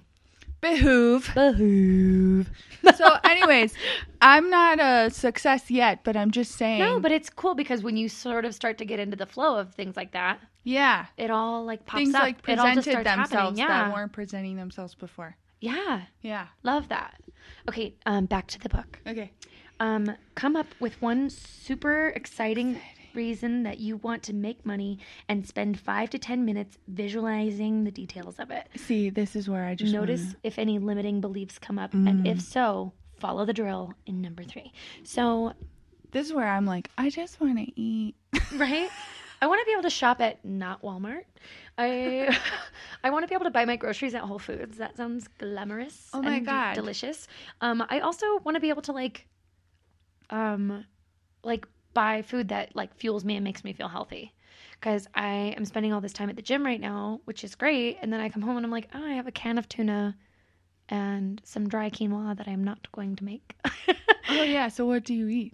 Speaker 2: Behoove.
Speaker 1: Behoove.
Speaker 2: so, anyways, I'm not a success yet, but I'm just saying.
Speaker 1: No, but it's cool because when you sort of start to get into the flow of things like that,
Speaker 2: yeah,
Speaker 1: it all like pops
Speaker 2: things
Speaker 1: up.
Speaker 2: like
Speaker 1: it all just
Speaker 2: presented
Speaker 1: starts happening.
Speaker 2: themselves
Speaker 1: Yeah.
Speaker 2: that weren't presenting themselves before.
Speaker 1: yeah.
Speaker 2: Yeah.
Speaker 1: Love that. Okay, um, back to the book.
Speaker 2: Okay.
Speaker 1: Um, come up with one super exciting, reason that you want to make money and spend five to ten minutes visualizing the details of it.
Speaker 2: See, this is where I just
Speaker 1: Notice
Speaker 2: wanna-
Speaker 1: if any limiting beliefs come up, and if so, follow the drill in number three. So,
Speaker 2: this is where I'm like, I just want to eat.
Speaker 1: right? I want to be able to shop at not Walmart. I I want to be able to buy my groceries at Whole Foods. That sounds glamorous.
Speaker 2: Oh my
Speaker 1: and
Speaker 2: God.
Speaker 1: delicious. Um, I also want to be able to like, um, like buy food that like fuels me and makes me feel healthy. Because I am spending all this time at the gym right now, which is great. And then I come home and I'm like, oh, I have a can of tuna and some dry quinoa that I'm not going to make.
Speaker 2: Oh yeah. So what do you eat?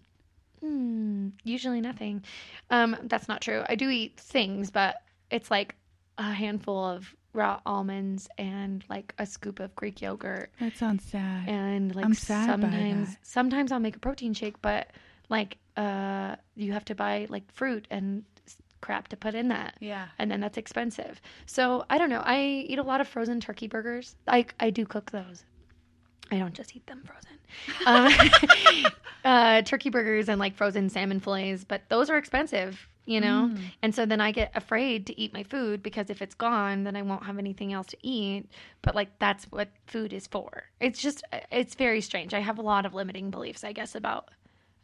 Speaker 1: Mm, usually nothing. Um, that's not true. I do eat things, but it's like a handful of raw almonds and like a scoop of Greek yogurt
Speaker 2: That sounds sad.
Speaker 1: and like
Speaker 2: I'm sad by
Speaker 1: sometimes
Speaker 2: that.
Speaker 1: sometimes I'll make a protein shake, but like uh you have to buy like fruit and s- crap to put in that.
Speaker 2: Yeah.
Speaker 1: And then that's expensive. So I don't know. I eat a lot of frozen turkey burgers. I I do cook those. I don't just eat them frozen. Um, uh, turkey burgers and like frozen salmon fillets, but those are expensive. you know? And so then I get afraid to eat my food because if it's gone, then I won't have anything else to eat. But like that's what food is for. It's just uh, it's very strange. I have a lot of limiting beliefs, I guess, about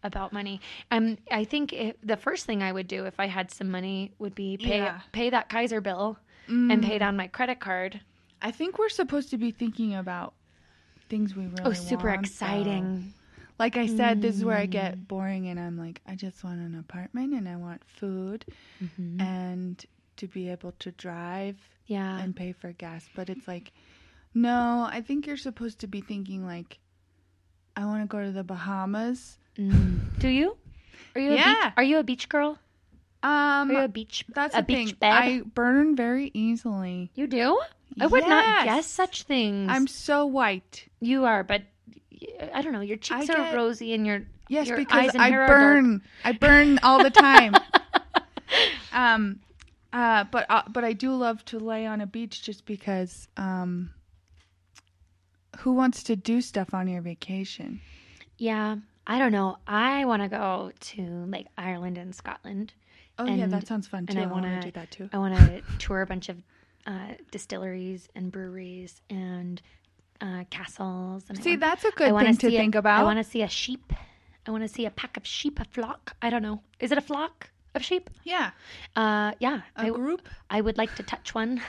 Speaker 1: about money. Um I think if, the first thing I would do if I had some money would be pay
Speaker 2: Yeah. Mm.
Speaker 1: pay that Kaiser bill and pay down my credit card.
Speaker 2: I think we're supposed to be thinking about things we really
Speaker 1: oh, super
Speaker 2: want, though.
Speaker 1: exciting.
Speaker 2: Like I said, this is where I
Speaker 1: Mm.
Speaker 2: get boring and I'm like, I just want an apartment and I want food and to be able to drive
Speaker 1: Mm-hmm. Yeah.
Speaker 2: and pay for gas. But it's like, no, I think you're supposed to be thinking like, I want to go to the Bahamas.
Speaker 1: Mm. Do you? Are you a
Speaker 2: Yeah.
Speaker 1: beach? Are you a beach girl? Are you a
Speaker 2: Um,
Speaker 1: beach?
Speaker 2: that's
Speaker 1: a
Speaker 2: the thing.
Speaker 1: beach bed.
Speaker 2: I burn very easily.
Speaker 1: you do? I would not
Speaker 2: Yes.
Speaker 1: guess such things.
Speaker 2: I'm so white.
Speaker 1: You are, but y- I don't know. Your cheeks
Speaker 2: I
Speaker 1: are
Speaker 2: get-
Speaker 1: rosy, and your
Speaker 2: Yes,
Speaker 1: your
Speaker 2: because
Speaker 1: eyes and
Speaker 2: I
Speaker 1: hair are dark.
Speaker 2: burn. I burn all the time. um, uh, but uh, but I do love to lay on a beach just because. Um, who wants to do stuff on your vacation?
Speaker 1: Yeah, I don't know. I want to go to like Ireland and Scotland.
Speaker 2: Oh yeah,
Speaker 1: And-
Speaker 2: that sounds fun too.
Speaker 1: and I
Speaker 2: I want
Speaker 1: wanna-
Speaker 2: to do that too.
Speaker 1: I want to tour a bunch of uh, distilleries and breweries and uh, castles. And I
Speaker 2: See,
Speaker 1: want-
Speaker 2: that's a
Speaker 1: Um, I
Speaker 2: good
Speaker 1: wanna
Speaker 2: thing to
Speaker 1: see a-
Speaker 2: think
Speaker 1: I
Speaker 2: about.
Speaker 1: want to see a sheep. I want to see a pack of sheep, a flock. I don't know. Is it a flock of sheep?
Speaker 2: yeah,
Speaker 1: Uh, yeah.
Speaker 2: a
Speaker 1: I-
Speaker 2: group.
Speaker 1: I would like to touch one.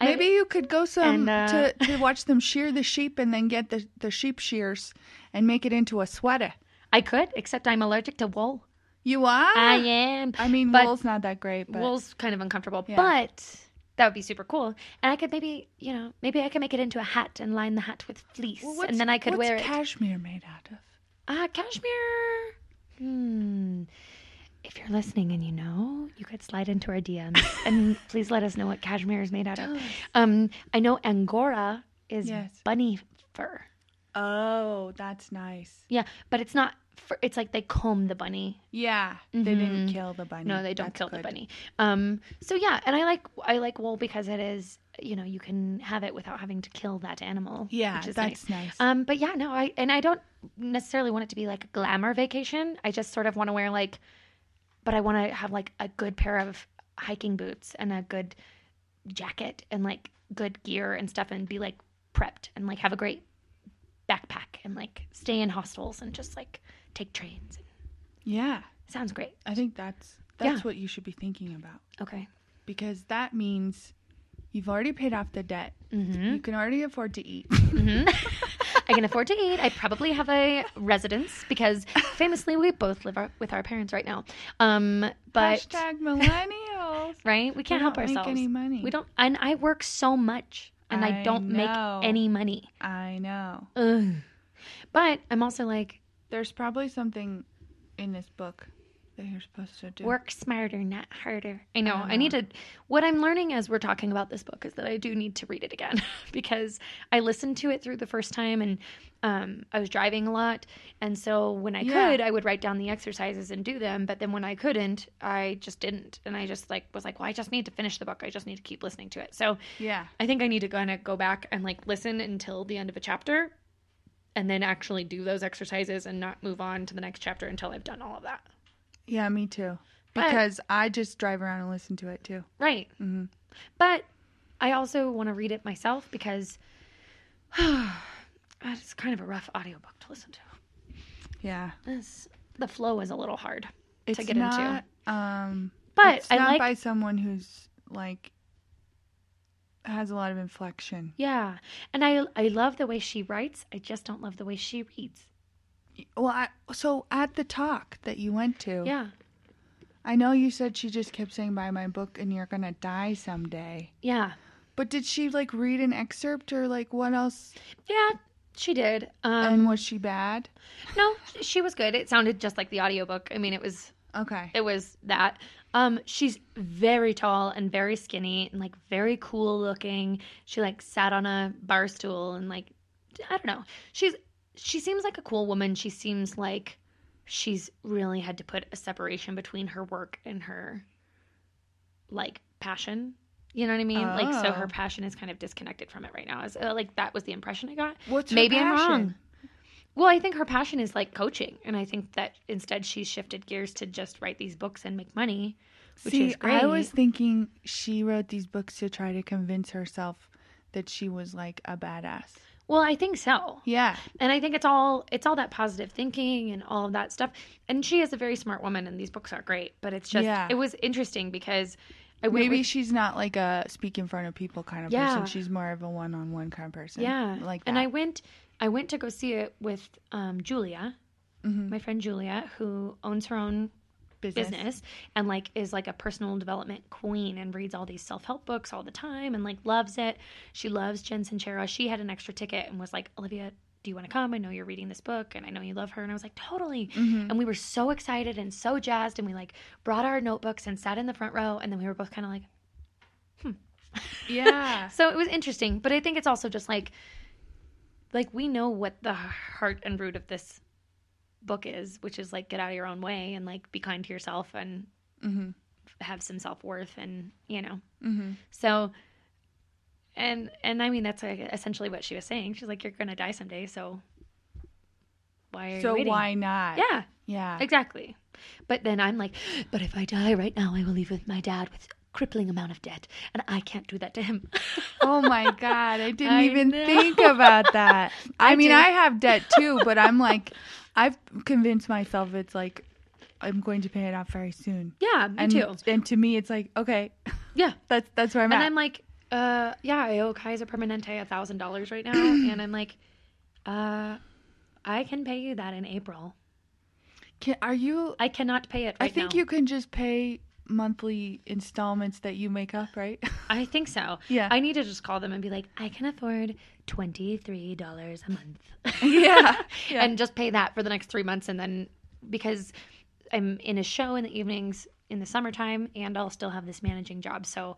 Speaker 1: I-
Speaker 2: Maybe you could go some
Speaker 1: and, uh,
Speaker 2: to to watch them shear the sheep and then get the the sheep shears and make it into a sweater.
Speaker 1: I could, except I'm allergic to wool.
Speaker 2: You are.
Speaker 1: I am.
Speaker 2: I mean,
Speaker 1: but-
Speaker 2: wool's not that great, but
Speaker 1: Wool's kind of uncomfortable,
Speaker 2: Yeah.
Speaker 1: but that would be super cool. And I could maybe, you know, maybe I could make it into a hat and line the hat with fleece,
Speaker 2: Well,
Speaker 1: and then I could
Speaker 2: what's
Speaker 1: wear it.
Speaker 2: cashmere made out of?
Speaker 1: Ah, cashmere. Hmm. If you're listening and you know, you could slide into our DMs and please let us know what cashmere is made out of. Um, I know angora is
Speaker 2: Yes.
Speaker 1: bunny fur.
Speaker 2: Oh, that's nice.
Speaker 1: Yeah, but it's not. Fur, it's like they comb the bunny
Speaker 2: Yeah, they didn't kill the bunny.
Speaker 1: Mm-hmm. No, they don't
Speaker 2: That's
Speaker 1: kill the
Speaker 2: good.
Speaker 1: bunny. Um, so yeah, and I like I like wool because it is you know you can have it without having to kill that animal.
Speaker 2: Yeah,
Speaker 1: which is
Speaker 2: that's
Speaker 1: nice.
Speaker 2: nice.
Speaker 1: Um, but yeah, no, I and I don't necessarily want it to be like a glamour vacation. I just sort of want to wear like, but I want to have like a good pair of hiking boots and a good jacket and like good gear and stuff and be like prepped and like have a great backpack and like stay in hostels and just like take trains.
Speaker 2: Yeah,
Speaker 1: Sounds great.
Speaker 2: I think that's that's
Speaker 1: Yeah.
Speaker 2: what you should be thinking about
Speaker 1: Okay.
Speaker 2: because that means you've already paid off the debt.
Speaker 1: Mm-hmm.
Speaker 2: You can already afford to eat.
Speaker 1: Mhm. I can afford to eat. I probably have a residence because famously we both live our, with our parents right now. Um, but
Speaker 2: Hashtag millennials.
Speaker 1: right, we can't
Speaker 2: we
Speaker 1: help
Speaker 2: don't make
Speaker 1: ourselves.
Speaker 2: any money.
Speaker 1: We don't, and I work so much, and I,
Speaker 2: I
Speaker 1: don't
Speaker 2: know.
Speaker 1: make any money.
Speaker 2: I know.
Speaker 1: Ugh. But I'm also like
Speaker 2: There's probably something in this book that you're supposed to do.
Speaker 1: work smarter, not harder. Um, I know.
Speaker 2: I
Speaker 1: I need to. What I'm learning as we're talking about this book is that I do need to read it again because I listened to it through the first time and um, I was driving a lot. And so when I
Speaker 2: Yeah.
Speaker 1: could, I would write down the exercises and do them. But then when I couldn't, I just didn't. And I just like was like, well, I just need to finish the book. I just need to keep listening to it. So
Speaker 2: Yeah.
Speaker 1: I think I need to kind of go back and like listen until the end of a chapter and then actually do those exercises and not move on to the next chapter until I've done all of that.
Speaker 2: Yeah, me too.
Speaker 1: But-
Speaker 2: Because I just drive around and listen to it too.
Speaker 1: Right.
Speaker 2: Mhm.
Speaker 1: But I also want to read it myself because it's kind of a rough audiobook to listen to.
Speaker 2: Yeah.
Speaker 1: It's, the flow is a little hard
Speaker 2: It's
Speaker 1: to get into.
Speaker 2: not, Um,
Speaker 1: But
Speaker 2: it's
Speaker 1: I
Speaker 2: not
Speaker 1: like.
Speaker 2: by someone who's like has a lot of inflection.
Speaker 1: yeah. And I, I love the way she writes. I just don't love the way she reads.
Speaker 2: Well, I, so at the talk that you went to,
Speaker 1: Yeah.
Speaker 2: I know you said she just kept saying, "Buy my book, and you're gonna die someday."
Speaker 1: Yeah.
Speaker 2: But did she like read an excerpt or like what else?
Speaker 1: Yeah. She did. Um,
Speaker 2: and was she bad?
Speaker 1: no, she was good. It sounded just like the audiobook. I mean, it was
Speaker 2: Okay.
Speaker 1: it was that um she's very tall and very skinny and like very cool looking she like sat on a bar stool and like i don't know she's she seems like a cool woman she seems like she's really had to put a separation between her work and her like passion you know what i mean like so
Speaker 2: Oh.
Speaker 1: her passion is kind of disconnected from it right now is uh, like that was the impression i got
Speaker 2: What's her
Speaker 1: maybe i'm
Speaker 2: passion?
Speaker 1: wrong well, I think her passion is like coaching. And I think that instead she shifted gears to just write these books and make money. which
Speaker 2: See,
Speaker 1: is great.
Speaker 2: I was thinking she wrote these books to try to convince herself that she was like a badass.
Speaker 1: well, I think so.
Speaker 2: Yeah.
Speaker 1: And I think it's all it's all that positive thinking and all of that stuff. And she is a very smart woman and these books are great, but it's just
Speaker 2: Yeah.
Speaker 1: it was interesting because I went
Speaker 2: Maybe
Speaker 1: with-
Speaker 2: she's not like a speak in front of people kind of
Speaker 1: Yeah.
Speaker 2: person. She's more of a one on one kind of person.
Speaker 1: yeah.
Speaker 2: Like that.
Speaker 1: and I went I went to go see it with um, Julia,
Speaker 2: Mhm.
Speaker 1: my friend Julia, who owns her own
Speaker 2: business.
Speaker 1: business and like is like a personal development queen and reads all these self-help books all the time and like loves it. She loves Jen Sincera. She had an extra ticket and was like, "Olivia, do you want to come? I know you're reading this book and I know you love her." And I was like, "Totally."
Speaker 2: Mhm.
Speaker 1: And we were so excited and so jazzed and we like brought our notebooks and sat in the front row and then we were both kind of like,
Speaker 2: Yeah.
Speaker 1: so it was interesting, but I think it's also just like like we know what the heart and root of this book is, which is like get out of your own way and like be kind to yourself and
Speaker 2: hmm
Speaker 1: have some self-worth and, you know.
Speaker 2: hmm
Speaker 1: So and and I mean that's like essentially what she was saying. She's like you're going to die someday, so why are
Speaker 2: So
Speaker 1: you waiting?
Speaker 2: why not?
Speaker 1: Yeah,
Speaker 2: Yeah.
Speaker 1: exactly. But then I'm like, but if I die right now, I will leave with my dad with crippling amount of debt, and I can't do that to him.
Speaker 2: Oh my God. I didn't
Speaker 1: I
Speaker 2: even
Speaker 1: know.
Speaker 2: think about that. I,
Speaker 1: I
Speaker 2: mean,
Speaker 1: do.
Speaker 2: I have debt too, but I'm like, I've convinced myself it's like, I'm going to pay it off very soon.
Speaker 1: yeah, me
Speaker 2: and,
Speaker 1: too.
Speaker 2: And to me, it's like, okay,
Speaker 1: Yeah.
Speaker 2: that's that's where I'm
Speaker 1: And
Speaker 2: at.
Speaker 1: I'm like, uh, yeah, I owe Kaiser Permanente a thousand dollars right now, and I'm like, uh, I can pay you that in April.
Speaker 2: Can, are you?
Speaker 1: I cannot pay it
Speaker 2: I
Speaker 1: right
Speaker 2: think
Speaker 1: now.
Speaker 2: you can just pay monthly installments that you make up, right?
Speaker 1: I think so.
Speaker 2: Yeah.
Speaker 1: I need to just call them and be like, I can afford twenty three dollars a month.
Speaker 2: Yeah, yeah.
Speaker 1: And just pay that for the next three months, and then because I'm in a show in the evenings in the summertime, and I'll still have this managing job. So,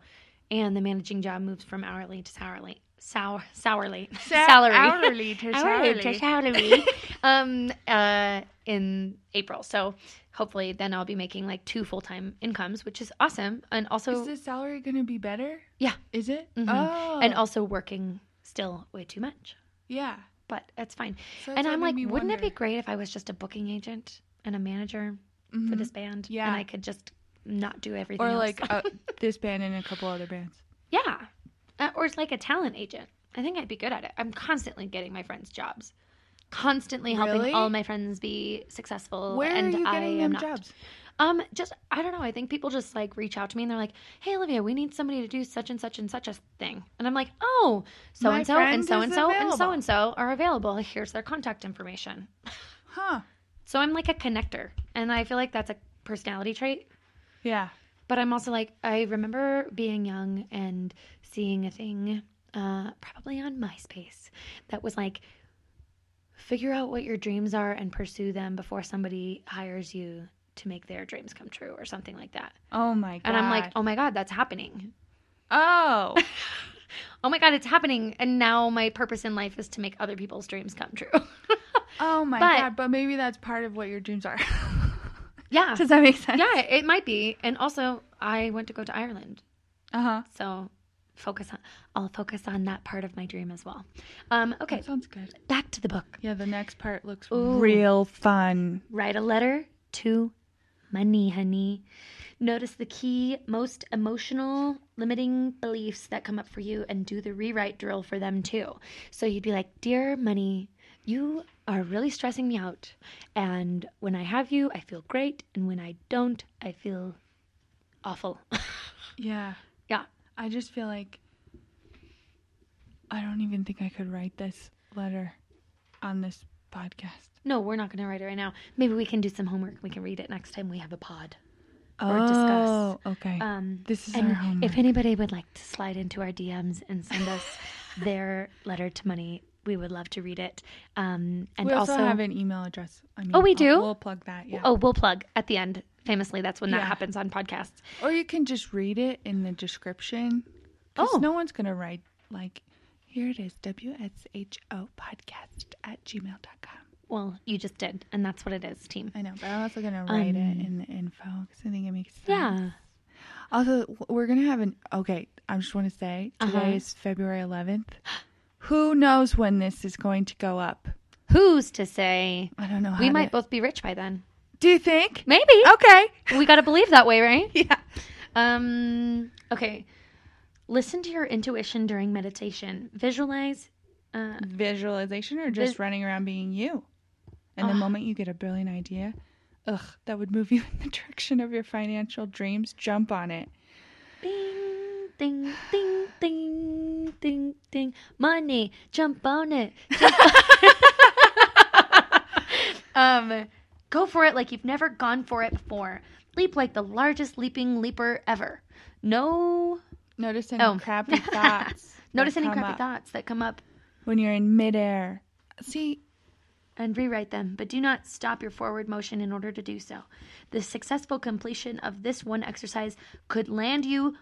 Speaker 1: and the managing job moves from hourly to hourly. Sour, sourly, salary,
Speaker 2: hourly to
Speaker 1: Hourly
Speaker 2: salary.
Speaker 1: to salary. um, uh, in April. So hopefully, then I'll be making like two full time incomes, which is awesome. And also,
Speaker 2: Is the salary going to be better?
Speaker 1: yeah,
Speaker 2: Is it?
Speaker 1: Mhm.
Speaker 2: Oh,
Speaker 1: and also working still way too much,
Speaker 2: yeah.
Speaker 1: but that's fine.
Speaker 2: So that's
Speaker 1: and
Speaker 2: what
Speaker 1: I'm
Speaker 2: made
Speaker 1: like,
Speaker 2: me
Speaker 1: wouldn't it be
Speaker 2: wonder.
Speaker 1: great if I was just a booking agent and a manager for
Speaker 2: Mhm.
Speaker 1: this band?
Speaker 2: Yeah.
Speaker 1: and I could just not do everything.
Speaker 2: Or
Speaker 1: else?
Speaker 2: like uh, this band and a couple other bands.
Speaker 1: yeah, uh, or it's like a talent agent. I think I'd be good at it. I'm constantly getting my friends jobs. Constantly helping
Speaker 2: Really?
Speaker 1: all my friends be successful.
Speaker 2: Where
Speaker 1: and
Speaker 2: are you
Speaker 1: I
Speaker 2: getting
Speaker 1: am
Speaker 2: them
Speaker 1: not.
Speaker 2: jobs?
Speaker 1: Um, just I don't know. I think people just like reach out to me and they're like, "Hey, Olivia, we need somebody to do such and such and such a thing," and I'm like, "Oh, so
Speaker 2: My
Speaker 1: and so and
Speaker 2: friend
Speaker 1: so
Speaker 2: is
Speaker 1: and so and so
Speaker 2: available."
Speaker 1: and so are available. Here's their contact information."
Speaker 2: Huh?
Speaker 1: So I'm like a connector, and I feel like that's a personality trait.
Speaker 2: Yeah.
Speaker 1: But I'm also like, I remember being young and seeing a thing, uh, probably on MySpace, that was like, figure out what your dreams are and pursue them before somebody hires you to make their dreams come true or something like that.
Speaker 2: Oh my god.
Speaker 1: And I'm like, oh my God, that's happening.
Speaker 2: oh,
Speaker 1: Oh my God, it's happening. And now my purpose in life is to make other people's dreams come true.
Speaker 2: oh my
Speaker 1: But-
Speaker 2: god. But maybe that's part of what your dreams are.
Speaker 1: yeah.
Speaker 2: Does that make sense?
Speaker 1: Yeah, it might be. And also, I want to go to Ireland.
Speaker 2: Uh huh.
Speaker 1: So focus on, I'll focus on that part of my dream as well. Um, okay,
Speaker 2: That sounds good.
Speaker 1: back to the book.
Speaker 2: Yeah, the next part looks
Speaker 1: Ooh.
Speaker 2: real fun.
Speaker 1: Write a letter to money, honey. Notice the key, most emotional limiting beliefs that come up for you and do the rewrite drill for them too. So you'd be like, Dear money, you are really stressing me out. And when I have you, I feel great. And when I don't, I feel awful.
Speaker 2: Yeah.
Speaker 1: yeah.
Speaker 2: I just feel like I don't even think I could write this letter on this podcast.
Speaker 1: No, we're not going to write it right now. Maybe we can do some homework. We can read it next time we have a pod. Or discuss.
Speaker 2: Oh, okay.
Speaker 1: Um,
Speaker 2: This is
Speaker 1: and
Speaker 2: our homework.
Speaker 1: If anybody would like to slide into our DMs and send us their letter to money, we would love to read it. Um, and
Speaker 2: we also,
Speaker 1: also,
Speaker 2: have an email address. I mean,
Speaker 1: Oh, we
Speaker 2: I'll-
Speaker 1: do?
Speaker 2: We'll plug that. Yeah.
Speaker 1: oh, we'll plug at the end. Famously, that's when that
Speaker 2: Yeah.
Speaker 1: happens on podcasts.
Speaker 2: Or you can just read it in the description. Because
Speaker 1: Oh.
Speaker 2: no one's going to write, like, here it is, WSHO podcast at gmail.com.
Speaker 1: Well, you just did, and that's what it is, team.
Speaker 2: I know, but I'm also going to write it in the info because I think it makes sense.
Speaker 1: Yeah.
Speaker 2: Also, w- we're going to have an, okay, I just want to say today
Speaker 1: Uh-huh.
Speaker 2: is February 11th. Who knows when this is going to go up?
Speaker 1: Who's to say
Speaker 2: I don't know how
Speaker 1: we
Speaker 2: to-
Speaker 1: might both be rich by then?
Speaker 2: Do you think?
Speaker 1: Maybe.
Speaker 2: Okay.
Speaker 1: We got to believe that way, right?
Speaker 2: Yeah.
Speaker 1: Um, okay. Listen to your intuition during meditation. Visualize. Uh,
Speaker 2: Visualization or just
Speaker 1: Vis-
Speaker 2: running around being you. And the
Speaker 1: Ah.
Speaker 2: moment you get a brilliant idea, ugh, that would move you in the direction of your financial dreams, jump on it.
Speaker 1: ding, ding, ding, ding, ding, ding. Money, jump on it. Jump on- um, go for it like you've never gone for it before. Leap like the largest leaping leaper ever. No,
Speaker 2: Notice any
Speaker 1: Oh.
Speaker 2: crappy thoughts. that
Speaker 1: notice any
Speaker 2: come
Speaker 1: crappy
Speaker 2: up
Speaker 1: thoughts that come up
Speaker 2: When you're in midair. See,
Speaker 1: and rewrite them, but do not stop your forward motion in order to do so. The successful completion of this one exercise could land you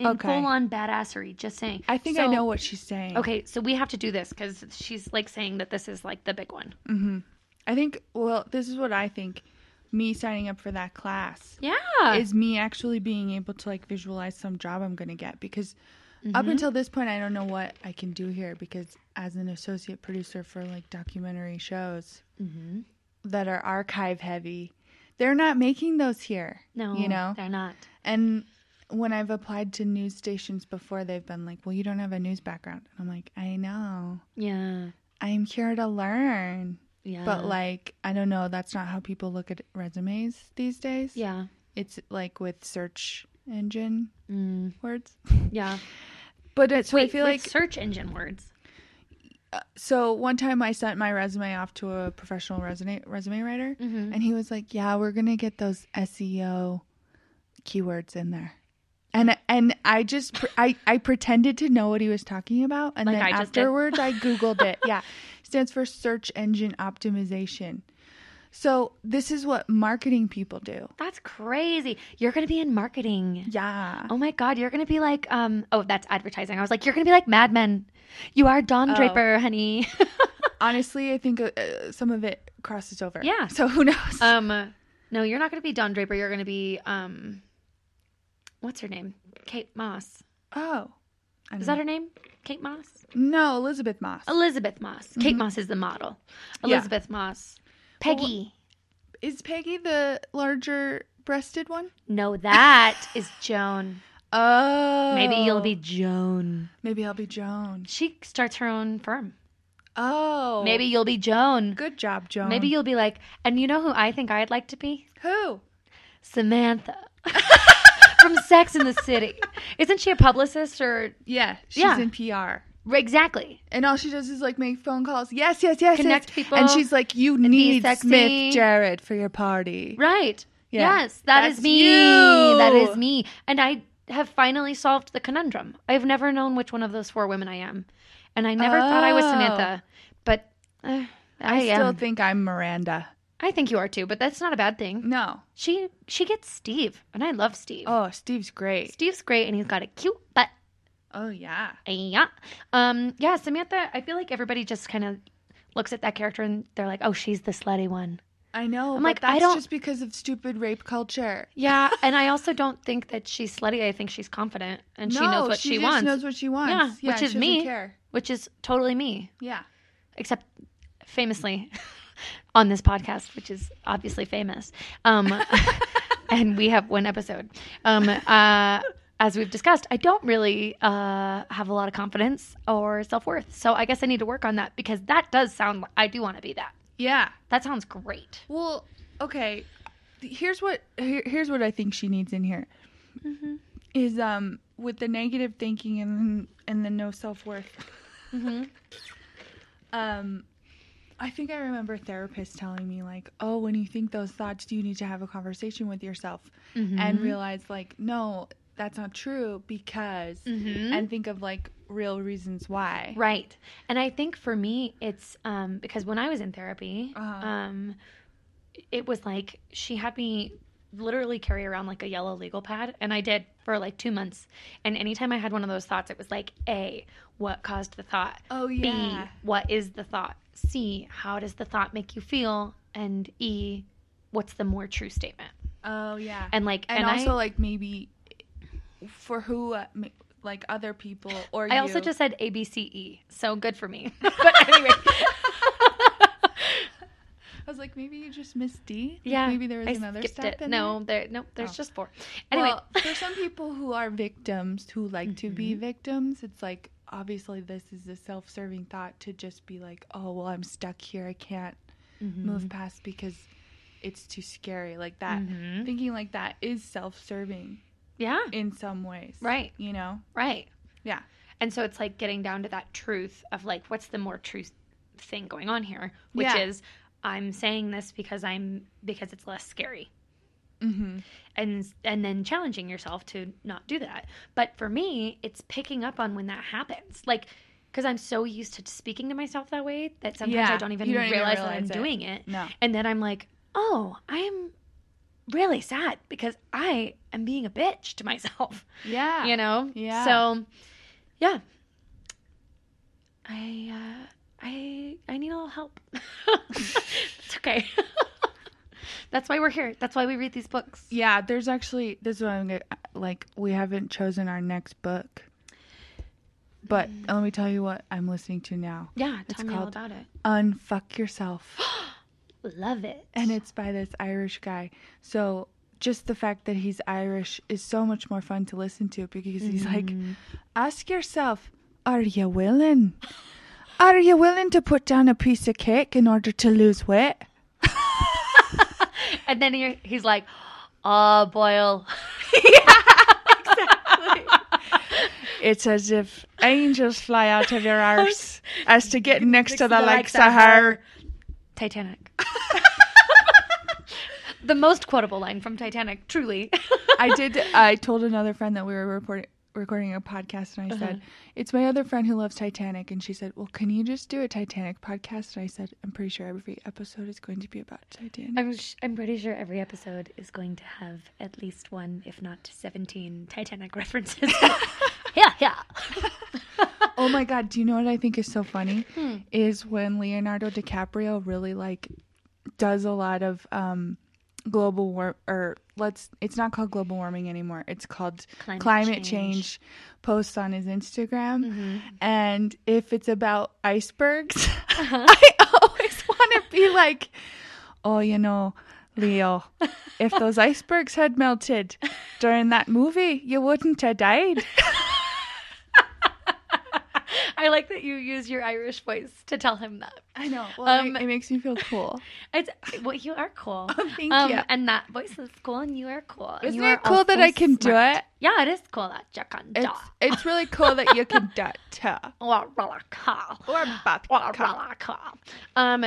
Speaker 1: in
Speaker 2: Okay.
Speaker 1: full on badassery. Just saying.
Speaker 2: I think I
Speaker 1: So-
Speaker 2: know what she's saying.
Speaker 1: Okay, so we have to do this because she's like saying that this is like the big one.
Speaker 2: hmm I think, well, this is what I think. Me signing up for that class
Speaker 1: Yeah.
Speaker 2: is me actually being able to like visualize some job I'm going to get because up until this point, I don't know what I can do here because as an associate producer for like documentary shows that are archive heavy, they're not making those here.
Speaker 1: No,
Speaker 2: You know?
Speaker 1: they're not.
Speaker 2: And when I've applied to news stations before, they've been like, well, you don't have a news background. And I'm like, I know.
Speaker 1: Yeah.
Speaker 2: I'm here to learn.
Speaker 1: Yeah.
Speaker 2: But like, I don't know, that's not how people look at resumes these days.
Speaker 1: yeah.
Speaker 2: It's like with search engine
Speaker 1: Mm,
Speaker 2: words.
Speaker 1: yeah.
Speaker 2: But it's, so I
Speaker 1: Wait,
Speaker 2: feel
Speaker 1: like
Speaker 2: like,
Speaker 1: search engine words.
Speaker 2: so one time I sent my resume off to a professional resume, resume writer
Speaker 1: Mhm.
Speaker 2: and he was like, yeah, we're going to get those SEO keywords in there. And, and I just pre- I, I pretended to know what he was talking about, and
Speaker 1: Like
Speaker 2: then
Speaker 1: I just did.
Speaker 2: afterwards I googled it. Yeah, stands for search engine optimization. So this is what marketing people do.
Speaker 1: That's crazy. You're going to be in marketing.
Speaker 2: Yeah.
Speaker 1: Oh my God, you're gonna be like, um, oh, that's advertising. I was like, you're gonna be like Mad Men. You are Don
Speaker 2: Oh.
Speaker 1: Draper, honey.
Speaker 2: Honestly, I think uh, uh, some of it crosses over.
Speaker 1: Yeah.
Speaker 2: So who knows?
Speaker 1: um, no, you're not gonna be Don Draper. You're gonna be, um, what's her name? Kate Moss.
Speaker 2: oh. I
Speaker 1: Is
Speaker 2: don't
Speaker 1: that her name? Kate Moss. Mm-hmm.
Speaker 2: know. No, Elizabeth Moss.
Speaker 1: Elizabeth Moss. Kate Moss is the model.
Speaker 2: Yeah.
Speaker 1: Elizabeth Moss. Peggy.
Speaker 2: is Peggy the larger breasted one?
Speaker 1: no, that is Joan.
Speaker 2: Oh.
Speaker 1: Maybe you'll be Joan.
Speaker 2: Maybe I'll be Joan.
Speaker 1: She starts her own firm.
Speaker 2: Oh.
Speaker 1: Maybe you'll be Joan.
Speaker 2: Good job, Joan.
Speaker 1: Maybe you'll be like, and you know who I think I'd like to be?
Speaker 2: Who?
Speaker 1: Samantha from Sex in the City. Isn't she a publicist or
Speaker 2: Yeah. She's
Speaker 1: Yeah.
Speaker 2: in PR.
Speaker 1: exactly?
Speaker 2: And all she does is like make phone calls. Yes, yes, yes.
Speaker 1: Connect
Speaker 2: yes.
Speaker 1: people
Speaker 2: And she's like, you
Speaker 1: be
Speaker 2: need
Speaker 1: sexy.
Speaker 2: Smith Jared for your party.
Speaker 1: Right.
Speaker 2: Yeah.
Speaker 1: Yes, that is
Speaker 2: That's
Speaker 1: me.
Speaker 2: you.
Speaker 1: That is me. And I have finally solved the conundrum. I've never known which one of those four women I am. And I never thought I was
Speaker 2: Oh.
Speaker 1: Samantha, but uh, I,
Speaker 2: I still
Speaker 1: am.
Speaker 2: think I'm Miranda.
Speaker 1: I think you are too, but that's not a bad thing.
Speaker 2: No.
Speaker 1: She she gets Steve, and I love Steve.
Speaker 2: Oh, Steve's great.
Speaker 1: Steve's great and he's got a cute butt.
Speaker 2: Oh, yeah.
Speaker 1: Yeah. Um, yeah, Samantha, I feel like everybody just kind of looks at that character and they're like, oh, she's the slutty one.
Speaker 2: I know.
Speaker 1: I'm
Speaker 2: I'm
Speaker 1: like,
Speaker 2: like,
Speaker 1: I
Speaker 2: that's
Speaker 1: don't-
Speaker 2: just because of stupid rape culture.
Speaker 1: Yeah. and I also don't think that she's slutty. I think she's confident and she knows what she,
Speaker 2: just
Speaker 1: wants,
Speaker 2: knows what she wants.
Speaker 1: Yeah, which
Speaker 2: she
Speaker 1: is
Speaker 2: doesn't
Speaker 1: me.
Speaker 2: Care.
Speaker 1: which is totally me,
Speaker 2: Yeah.
Speaker 1: except famously on this podcast, which is obviously famous. Um, and we have one episode. Um, uh, as we've discussed, I don't really uh, have a lot of confidence or self worth. So I guess I need to work on that because that does sound, I do want to be that.
Speaker 2: Yeah.
Speaker 1: That sounds great.
Speaker 2: Well, okay. Here's what here, here's what I think she needs in here
Speaker 1: Mm-hmm.
Speaker 2: is um with the negative thinking and and the no self worth.
Speaker 1: Mm-hmm.
Speaker 2: Um, I think I remember therapists telling me like, oh, when you think those thoughts, you need to have a conversation with yourself and
Speaker 1: Mm-hmm.
Speaker 2: realize like, no, that's not true because,
Speaker 1: Mhm.
Speaker 2: and think of like real reasons why.
Speaker 1: right. And I think for me, it's um, because when I was in therapy,
Speaker 2: Uh-huh.
Speaker 1: um, it was like she had me literally carry around like a yellow legal pad, and I did for like two months. And anytime I had one of those thoughts, it was like A, what caused the thought?
Speaker 2: Oh yeah.
Speaker 1: B, what is the thought? C, how does the thought make you feel? And E, what's the more true statement?
Speaker 2: Oh yeah.
Speaker 1: And like,
Speaker 2: and,
Speaker 1: I-
Speaker 2: also like maybe for who uh, m- like other people or
Speaker 1: I also
Speaker 2: you.
Speaker 1: just said A B C E, so good for me. but anyway,
Speaker 2: I was like, maybe you just missed D. Like,
Speaker 1: Yeah.
Speaker 2: Maybe there was
Speaker 1: I
Speaker 2: another
Speaker 1: skipped
Speaker 2: step
Speaker 1: it.
Speaker 2: in
Speaker 1: no,
Speaker 2: there.
Speaker 1: there nope, there's
Speaker 2: Oh.
Speaker 1: just four. Anyway,
Speaker 2: Well, for some people who are victims, who like to
Speaker 1: Mm-hmm.
Speaker 2: be victims, it's like obviously this is a self serving thought to just be like, oh, well, I'm stuck here. I can't
Speaker 1: Mm-hmm.
Speaker 2: move past because it's too scary. Like that.
Speaker 1: Mhm.
Speaker 2: Thinking like that is self serving
Speaker 1: yeah,
Speaker 2: in some ways.
Speaker 1: Right.
Speaker 2: You know?
Speaker 1: right.
Speaker 2: Yeah.
Speaker 1: And so it's like getting down to that truth of like, what's the more truth thing going on here, which
Speaker 2: Yeah.
Speaker 1: is I'm saying this because I'm because it's less scary,
Speaker 2: Mm-hmm.
Speaker 1: and and then challenging yourself to not do that. But for me, it's picking up on when that happens, like because I'm so used to speaking to myself that way that sometimes I
Speaker 2: Yeah.
Speaker 1: don't even
Speaker 2: You don't even
Speaker 1: realize that I'm
Speaker 2: realize it.
Speaker 1: doing it,
Speaker 2: No.
Speaker 1: and then I'm like, oh, I'm really sad because I am being a bitch to myself
Speaker 2: Yeah.
Speaker 1: you know
Speaker 2: Yeah.
Speaker 1: so yeah i uh i i need a little help it's okay that's why we're here that's why we read these books
Speaker 2: Yeah, there's actually this is what I'm gonna, like. We haven't chosen our next book, but let me tell you what I'm listening to now.
Speaker 1: yeah tell
Speaker 2: It's
Speaker 1: me all
Speaker 2: called-
Speaker 1: about it
Speaker 2: Unfuck yourself,
Speaker 1: love it
Speaker 2: and it's by this Irish guy. So just the fact that he's Irish is so much more fun to listen to because he's like, ask yourself, are you willing? Are you willing to put down a piece of cake in order to lose weight?
Speaker 1: and then he, he's like oh boil
Speaker 2: It's as if angels fly out of your arse as to get next, to the
Speaker 1: the
Speaker 2: likes
Speaker 1: likes
Speaker 2: of
Speaker 1: of
Speaker 2: her.
Speaker 1: titanic the most quotable line from titanic truly
Speaker 2: I did. I told another friend that we were report- recording a podcast, and I said, "It's my other friend who loves Titanic," and she said, "Well, can you just do a Titanic podcast?" And I said, "I'm pretty sure every episode is going to be about Titanic."
Speaker 1: I'm sh- I'm pretty sure every episode is going to have at least one, if not 17, Titanic references. yeah, yeah.
Speaker 2: oh my god! Do you know what I think is so funny? Is when Leonardo DiCaprio really like does a lot of um global war or let's it's not called global warming anymore it's called
Speaker 1: Climate
Speaker 2: climate,
Speaker 1: change.
Speaker 2: change. Mm-hmm. posts on his instagram and if it's about icebergs Uh-huh. i always want to be like oh you know leo if those icebergs had melted during that movie you wouldn't have died
Speaker 1: I like that you use your Irish voice to tell him that.
Speaker 2: i know
Speaker 1: Um,
Speaker 2: it, it makes me feel cool
Speaker 1: It's well, you are cool. Um,
Speaker 2: thank you.
Speaker 1: And that voice is cool, and you are cool. and
Speaker 2: Isn't
Speaker 1: you are
Speaker 2: it cool that
Speaker 1: also
Speaker 2: I can do
Speaker 1: smart.
Speaker 2: it?
Speaker 1: Yeah, it is cool that you can do.
Speaker 2: it's, it's really cool that you can do it
Speaker 1: Well, well, cool.
Speaker 2: or
Speaker 1: Well,
Speaker 2: bath
Speaker 1: well, cool. Um,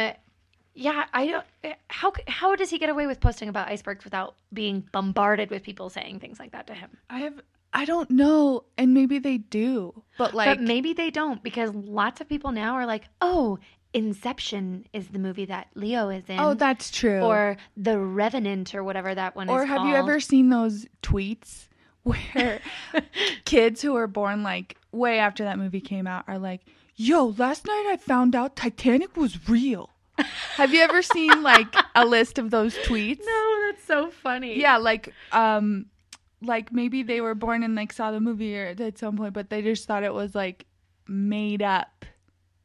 Speaker 1: yeah, I don't. eh, How how does he get away with posting about icebergs without being bombarded with people saying things like that to him?
Speaker 2: I have I don't know, and maybe they do, but like
Speaker 1: but maybe they don't because lots of people now are like, oh, Inception is the movie that Leo is in.
Speaker 2: oh, that's true.
Speaker 1: Or The Revenant or whatever that one
Speaker 2: or
Speaker 1: is.
Speaker 2: have you
Speaker 1: called.
Speaker 2: ever seen those tweets where kids who were born like way after that movie came out are like, "Yo, last night I found out Titanic was real." have you ever seen like a list of those tweets?
Speaker 1: No, that's so funny.
Speaker 2: Yeah, like um like maybe they were born and like saw the movie or at some point, but they just thought it was like made up.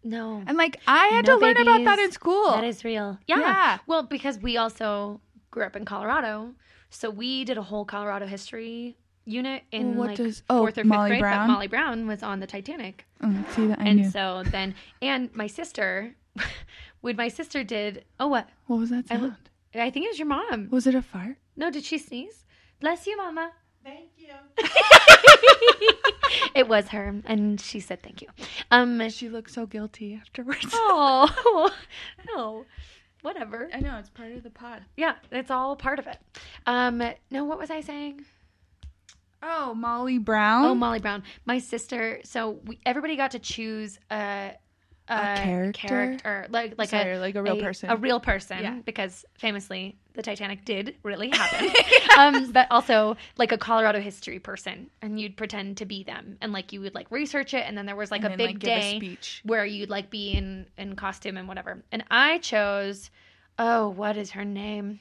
Speaker 1: No.
Speaker 2: And like I had
Speaker 1: No,
Speaker 2: to learn about that
Speaker 1: babies.
Speaker 2: in school.
Speaker 1: That is real. Yeah.
Speaker 2: Yeah.
Speaker 1: Well, because we also grew up in Colorado, so we did a whole Colorado history unit in
Speaker 2: What
Speaker 1: like
Speaker 2: does- oh,
Speaker 1: fourth or fifth
Speaker 2: Molly
Speaker 1: grade.
Speaker 2: Brown?
Speaker 1: But Molly Brown was on the Titanic.
Speaker 2: Oh, see that I
Speaker 1: And
Speaker 2: knew.
Speaker 1: so then, and my sister, when my sister did, oh, what?
Speaker 2: what was that
Speaker 1: I
Speaker 2: sound?
Speaker 1: lo- I think it was your mom.
Speaker 2: was it a fart?
Speaker 1: No, did she sneeze? Bless you, Mama.
Speaker 3: Thank you.
Speaker 1: It was her, and she said thank you. Um,
Speaker 2: She looked so guilty afterwards.
Speaker 1: oh no, whatever.
Speaker 2: I know it's part of the pod.
Speaker 1: Yeah, it's all part of it. Um, no, what was I saying?
Speaker 2: Oh, Molly Brown.
Speaker 1: Oh, Molly Brown, my sister. So we, everybody got to choose a, a,
Speaker 2: character?
Speaker 1: character, like like
Speaker 2: Sorry,
Speaker 1: a
Speaker 2: like a real person.
Speaker 1: a real person,
Speaker 2: Yeah.
Speaker 1: because famously the Titanic did really happen. um, but also like a Colorado history person, and you'd pretend to be them, and like you would like research it, and then there was like
Speaker 2: And
Speaker 1: a
Speaker 2: then,
Speaker 1: big
Speaker 2: like, give a
Speaker 1: day
Speaker 2: speech.
Speaker 1: where you'd like be in in costume and whatever. And I chose, oh, what is her name?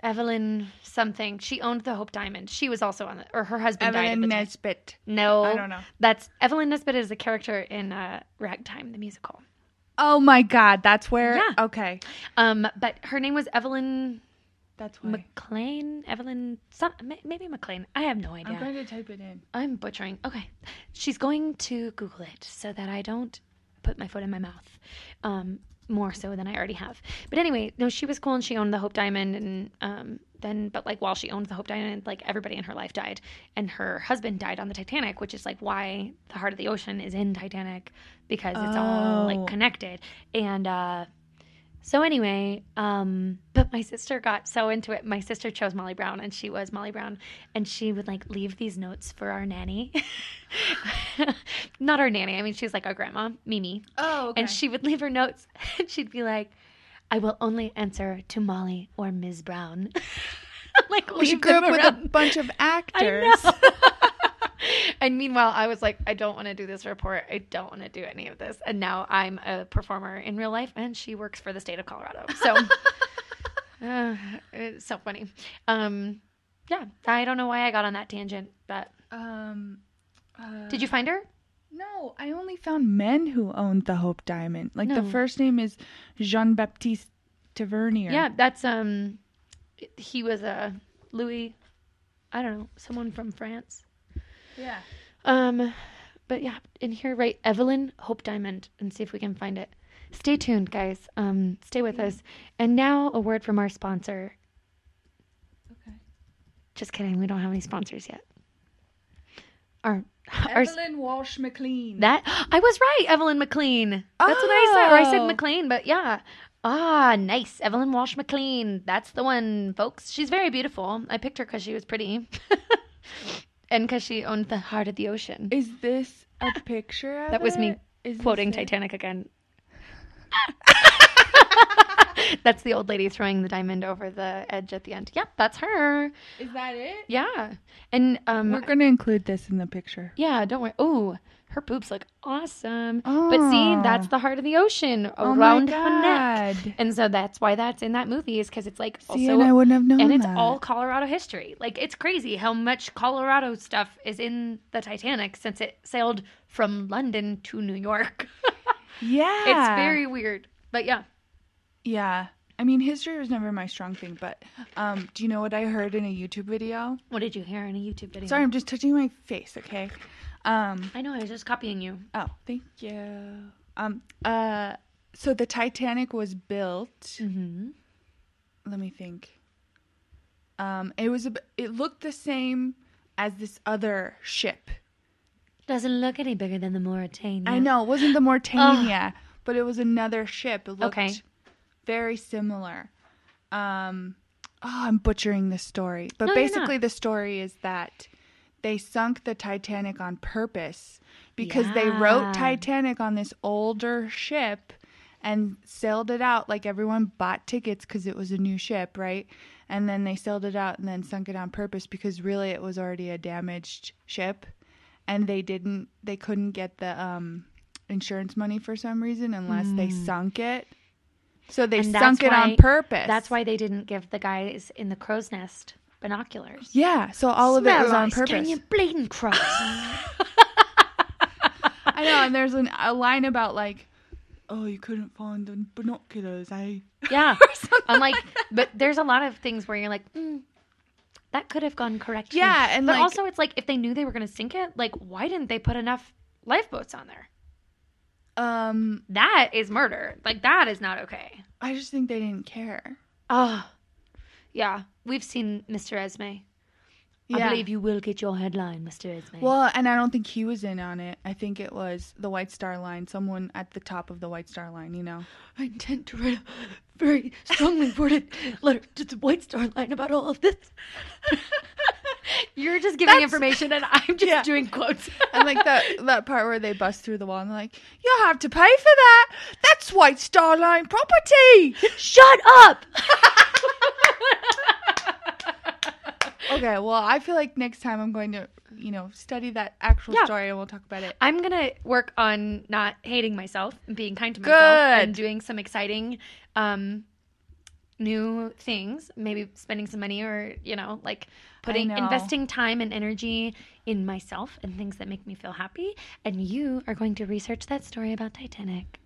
Speaker 1: Evelyn something. She owned the Hope Diamond. She was also on the, or her husband died. At
Speaker 2: Evelyn
Speaker 1: the time.
Speaker 2: Nesbit.
Speaker 1: No,
Speaker 2: I don't know.
Speaker 1: That's Evelyn Nesbit is a character in uh, Ragtime the musical.
Speaker 2: Oh my God, that's where.
Speaker 1: Yeah.
Speaker 2: Okay,
Speaker 1: Um, but her name was Evelyn
Speaker 2: that's why.
Speaker 1: McLean. Evelyn, some, may- maybe McLean. I have no idea.
Speaker 2: I'm going to type it in.
Speaker 1: I'm butchering. Okay. She's going to Google it so that I don't put my foot in my mouth um, more so than I already have. But anyway, no, she was cool and she owned the Hope Diamond. And um, then, but like while she owned the Hope Diamond, like everybody in her life died. And her husband died on the Titanic, which is like why the heart of the ocean is in Titanic because it's all
Speaker 2: Oh.
Speaker 1: like connected. And, uh, so anyway, um, but my sister got so into it. My sister chose Molly Brown, and she was Molly Brown, and she would like leave these notes for our nanny. Not our nanny. I mean, she's like our grandma, Mimi,
Speaker 2: Oh,
Speaker 1: and she would leave her notes, and she'd be like, "I will only answer to Molly or Ms. Brown." like
Speaker 2: she
Speaker 1: leave
Speaker 2: grew
Speaker 1: them
Speaker 2: up with
Speaker 1: around.
Speaker 2: a bunch of actors.
Speaker 1: and meanwhile, I was like, I don't want to do this report. I don't want to do any of this. And now I'm a performer in real life, and she works for the state of Colorado. So uh, it's so funny. Um, yeah, I don't know why I got on that tangent, but
Speaker 2: Um, uh,
Speaker 1: did you find her?
Speaker 2: No, I only found men who owned the Hope Diamond. Like the
Speaker 1: No.
Speaker 2: first name is Jean Baptiste Tavernier.
Speaker 1: Yeah, that's um, he was a Louis. I don't know, someone from France.
Speaker 2: yeah.
Speaker 1: Um, but yeah, in here, write Evelyn Hope Diamond and see if we can find it. Stay tuned, guys. Um, stay with us. And now a word from our sponsor.
Speaker 2: Okay.
Speaker 1: Just kidding, we don't have any sponsors yet. Our, our
Speaker 2: Evelyn Walsh McLean.
Speaker 1: that I was right, Evelyn McLean. That's what I said. Or I said
Speaker 2: Oh.
Speaker 1: McLean, but yeah. Ah, nice. Evelyn Walsh McLean. That's the one, folks. She's very beautiful. I picked her because she was pretty. and because she owned the heart of the ocean.
Speaker 2: is this a picture of
Speaker 1: That was me
Speaker 2: it? Is this
Speaker 1: quoting
Speaker 2: it?
Speaker 1: Titanic again. that's the old lady throwing the diamond over the edge at the end. Yep, that's her.
Speaker 2: Is that it?
Speaker 1: Yeah. And um
Speaker 2: We're going to include this in the picture.
Speaker 1: yeah, don't worry. Oh, her boobs look awesome. But see, that's the heart of the ocean
Speaker 2: Oh my
Speaker 1: around her neck.
Speaker 2: God.
Speaker 1: And so that's why that's in that movie is cuz it's like
Speaker 2: See,
Speaker 1: also
Speaker 2: and I wouldn't have known
Speaker 1: and it's
Speaker 2: that.
Speaker 1: all Colorado history. Like it's crazy how much Colorado stuff is in the Titanic since it sailed from London to New York.
Speaker 2: Yeah.
Speaker 1: It's very weird. But yeah.
Speaker 2: Yeah. I mean, history was never my strong thing, but um, do you know what I heard in a YouTube video?
Speaker 1: What did you hear in a YouTube video?
Speaker 2: Sorry, I'm just touching my face, okay? Um,
Speaker 1: I know, I was just copying you.
Speaker 2: oh, thank you. Um, uh, so the Titanic was built.
Speaker 1: Mm-hmm.
Speaker 2: Let me think. Um, it was a, it looked the same as this other ship.
Speaker 1: Doesn't look any bigger than the Mauritania.
Speaker 2: I know it wasn't the Mauritania, but it was another ship. It looked
Speaker 1: Okay.
Speaker 2: very similar. Um, oh, I'm butchering the story, but
Speaker 1: No, you're not.
Speaker 2: basically the story is that they sunk the Titanic on purpose because they
Speaker 1: Yeah.
Speaker 2: wrote Titanic on this older ship and sailed it out. Like everyone bought tickets because it was a new ship, right? And then they sailed it out and then sunk it on purpose because really it was already a damaged ship, and they didn't, they couldn't get the um, insurance money for some reason unless they sunk it. So they
Speaker 1: Hmm. And
Speaker 2: sunk
Speaker 1: that's
Speaker 2: it
Speaker 1: why-
Speaker 2: on purpose.
Speaker 1: That's why they didn't give the guys in the crow's nest binoculars.
Speaker 2: Yeah, so all of it was on purpose.
Speaker 1: Can you bleeding cross?
Speaker 2: I know, and there's an, a line about like, oh, you couldn't find the binoculars, eh?
Speaker 1: yeah. I'm like, but there's a lot of things where you're like, mm, that could have gone correctly.
Speaker 2: Yeah, and
Speaker 1: but
Speaker 2: like-
Speaker 1: also it's like if they knew they were going to sink it, like why didn't they put enough lifeboats on there?
Speaker 2: Um,
Speaker 1: That is murder. Like that is not okay.
Speaker 2: I just think they didn't care.
Speaker 1: Oh, yeah. We've seen Mr. Esme. I believe you will get your headline, Mr. Esme.
Speaker 2: Well, and I don't think he was in on it. I think it was the White Star Line, someone at the top of the White Star Line, you know.
Speaker 1: I intend to write a very strongly worded letter to the White Star Line about all of this. You're just giving
Speaker 2: That's-
Speaker 1: information, and I'm just
Speaker 2: Yeah.
Speaker 1: doing quotes.
Speaker 2: And like that that part where they bust through the wall and they're like, You'll have to pay for that. That's White Star Line property.
Speaker 1: Shut up.
Speaker 2: okay, well I feel like next time I'm going to, you know, study that actual
Speaker 1: Yeah.
Speaker 2: story and we'll talk about it.
Speaker 1: I'm gonna work on not hating myself and being kind to
Speaker 2: Good.
Speaker 1: myself and doing some exciting um new things, maybe spending some money or you know, like putting
Speaker 2: know.
Speaker 1: investing time and energy in myself and things that make me feel happy. And you are going to research that story about Titanic.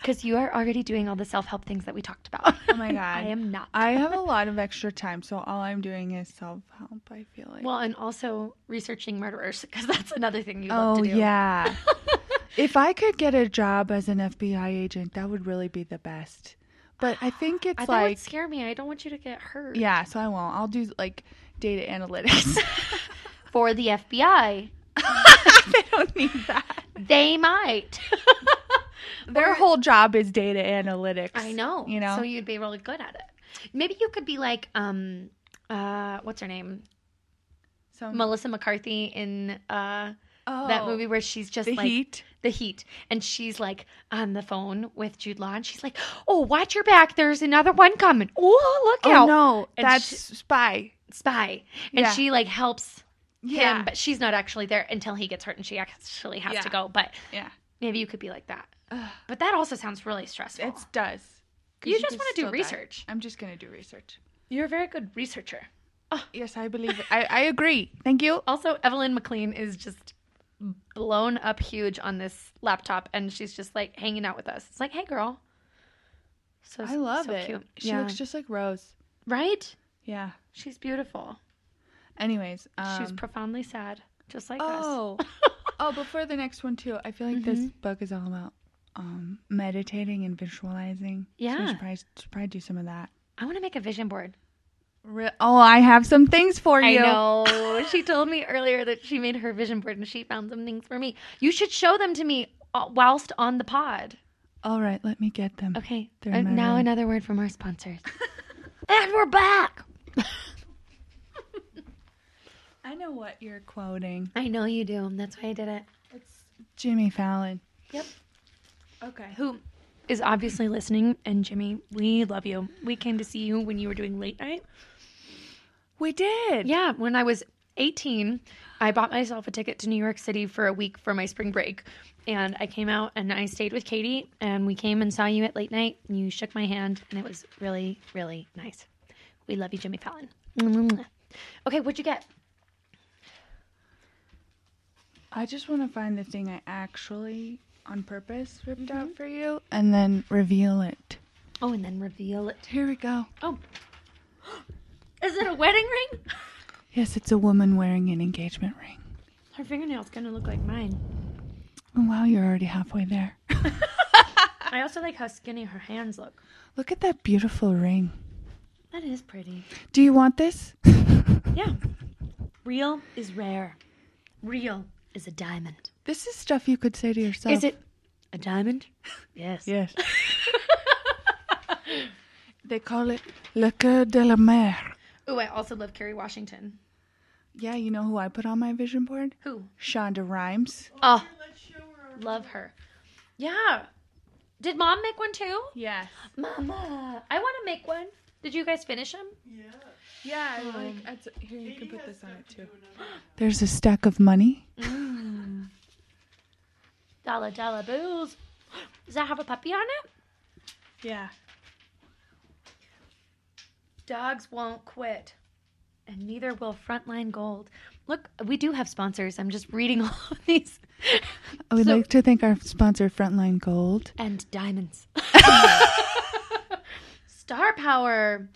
Speaker 1: Because you are already doing all the self help things that we talked about.
Speaker 2: Oh my God.
Speaker 1: I am not.
Speaker 2: I have a lot of extra time, so all I'm doing is self help, I feel like.
Speaker 1: Well, and also researching murderers, because that's another thing you love
Speaker 2: oh,
Speaker 1: to do.
Speaker 2: yeah. if I could get a job as an FBI agent, that would really be the best. But I think it's
Speaker 1: I, that
Speaker 2: like,
Speaker 1: would scare me. I don't want you to get hurt.
Speaker 2: yeah, so I won't. I'll do like data analytics.
Speaker 1: For the FBI,
Speaker 2: they don't need that.
Speaker 1: they might.
Speaker 2: Their whole job is data analytics.
Speaker 1: I know.
Speaker 2: You know?
Speaker 1: So you'd be really good at it. Maybe you could be like, um, uh, what's her name?
Speaker 2: so,
Speaker 1: Melissa McCarthy in uh,
Speaker 2: Um, oh,
Speaker 1: that movie where she's just
Speaker 2: The
Speaker 1: like
Speaker 2: Heat.
Speaker 1: the heat, and she's like on the phone with Jude Law, and she's like, "Oh, watch your back. There's another one coming. Oh, look
Speaker 2: Oh,
Speaker 1: out,
Speaker 2: no.
Speaker 1: And
Speaker 2: That's
Speaker 1: she-
Speaker 2: spy.
Speaker 1: spy!" And
Speaker 2: Yeah.
Speaker 1: she like helps
Speaker 2: Yeah.
Speaker 1: him, but she's not actually there until he gets hurt, and she actually has
Speaker 2: Yeah.
Speaker 1: to go. But
Speaker 2: yeah.
Speaker 1: maybe you could be like that.
Speaker 2: Ugh,
Speaker 1: But that also sounds really stressful.
Speaker 2: it does. 'Cause
Speaker 1: Oh. you, just
Speaker 2: could
Speaker 1: want to do
Speaker 2: still die.
Speaker 1: research.
Speaker 2: I'm just going to do research.
Speaker 1: You're a very good researcher.
Speaker 2: Yes, I believe it. I, I agree. Thank you.
Speaker 1: Also, Evelyn McLean is just blown up huge on this laptop, and she's just like hanging out with us. It's like, hey, girl. So
Speaker 2: I love
Speaker 1: so
Speaker 2: it.
Speaker 1: Cute.
Speaker 2: She
Speaker 1: yeah.
Speaker 2: looks just like Rose.
Speaker 1: right.
Speaker 2: Yeah.
Speaker 1: She's beautiful.
Speaker 2: Anyways, um,
Speaker 1: She's profoundly sad, just like us.
Speaker 2: oh, oh. Before the next one too, I feel like this
Speaker 1: Mm-hmm.
Speaker 2: book is all about um, meditating and visualizing. so we
Speaker 1: Yeah.
Speaker 2: should probably, should probably do some of that.
Speaker 1: I want to make a vision board.
Speaker 2: Re- oh, I have some things for
Speaker 1: I
Speaker 2: you.
Speaker 1: know. she told me earlier that she made her vision board and she found some things for me. You should show them to me uh, whilst on the pod.
Speaker 2: All right, let me get them.
Speaker 1: Okay.
Speaker 2: They're in
Speaker 1: Uh,
Speaker 2: my
Speaker 1: now
Speaker 2: room.
Speaker 1: another word from our sponsors. and we're back.
Speaker 2: I know what you're quoting.
Speaker 1: I know you do. That's why I did it.
Speaker 2: It's Jimmy Fallon.
Speaker 1: Yep.
Speaker 2: Okay.
Speaker 1: Who is obviously listening? And Jimmy, we love you. We came to see you when you were doing late night.
Speaker 2: We did.
Speaker 1: Yeah, when I was 18, I bought myself a ticket to New York City for a week for my spring break. And I came out and I stayed with Katie, and we came and saw you at late night. And you shook my hand, and it was really, really nice. We love you, Jimmy Fallon. Mwah. Okay, what'd you get?
Speaker 2: I just want to find the thing I actually, on purpose, ripped out for you, and then reveal it.
Speaker 1: Oh, and then reveal it.
Speaker 2: Here we go.
Speaker 1: Oh, is it a wedding ring?
Speaker 2: Yes, it's a woman wearing an engagement ring.
Speaker 1: Her fingernail's gonna look like mine.
Speaker 2: Oh, wow, you're already halfway there.
Speaker 1: I also like how skinny her hands look.
Speaker 2: Look at that beautiful ring.
Speaker 1: That is pretty.
Speaker 2: Do you want this?
Speaker 1: Yeah. Real is rare. Real is a diamond.
Speaker 2: This is stuff you could say to yourself.
Speaker 1: Is it a diamond? Yes.
Speaker 2: Yes. they call it Le Coeur de la Mer.
Speaker 1: Oh, I also love Kerry Washington.
Speaker 2: Yeah, you know who I put on my vision board?
Speaker 1: Who?
Speaker 2: Shonda Rhimes.
Speaker 1: Oh. Love her. Yeah. Did mom make one too?
Speaker 2: Yes.
Speaker 1: Mama. I want to make one. Did you guys finish them?
Speaker 2: Yeah, I like, that's, here you can put this on it too. There's a stack of money.
Speaker 1: Dollar dollar bills. Does that have a puppy on it?
Speaker 2: Yeah.
Speaker 1: Dogs won't quit, and neither will Frontline Gold. Look, we do have sponsors. I'm just reading all of these.
Speaker 2: I would
Speaker 1: So-
Speaker 2: like to thank our sponsor, Frontline Gold.
Speaker 1: and diamonds. Star power.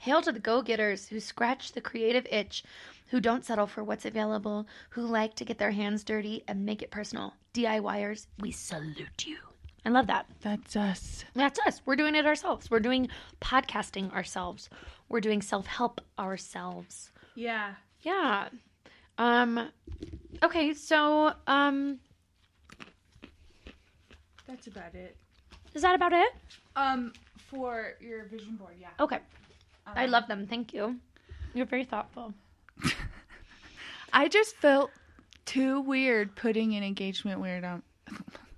Speaker 1: Hail to the go getters who scratch the creative itch, who don't settle for what's available, who like to get their hands dirty and make it personal. DIYers, we salute you. I love that.
Speaker 2: That's us.
Speaker 1: That's us. We're doing it ourselves. We're doing podcasting ourselves. We're doing self help ourselves.
Speaker 2: Yeah.
Speaker 1: Yeah. Um okay, so um
Speaker 2: That's about it.
Speaker 1: is that about it?
Speaker 2: Um, for your vision board, yeah.
Speaker 1: Okay. I love them. Thank you. You're very thoughtful.
Speaker 2: I just felt too weird putting an engagement weird on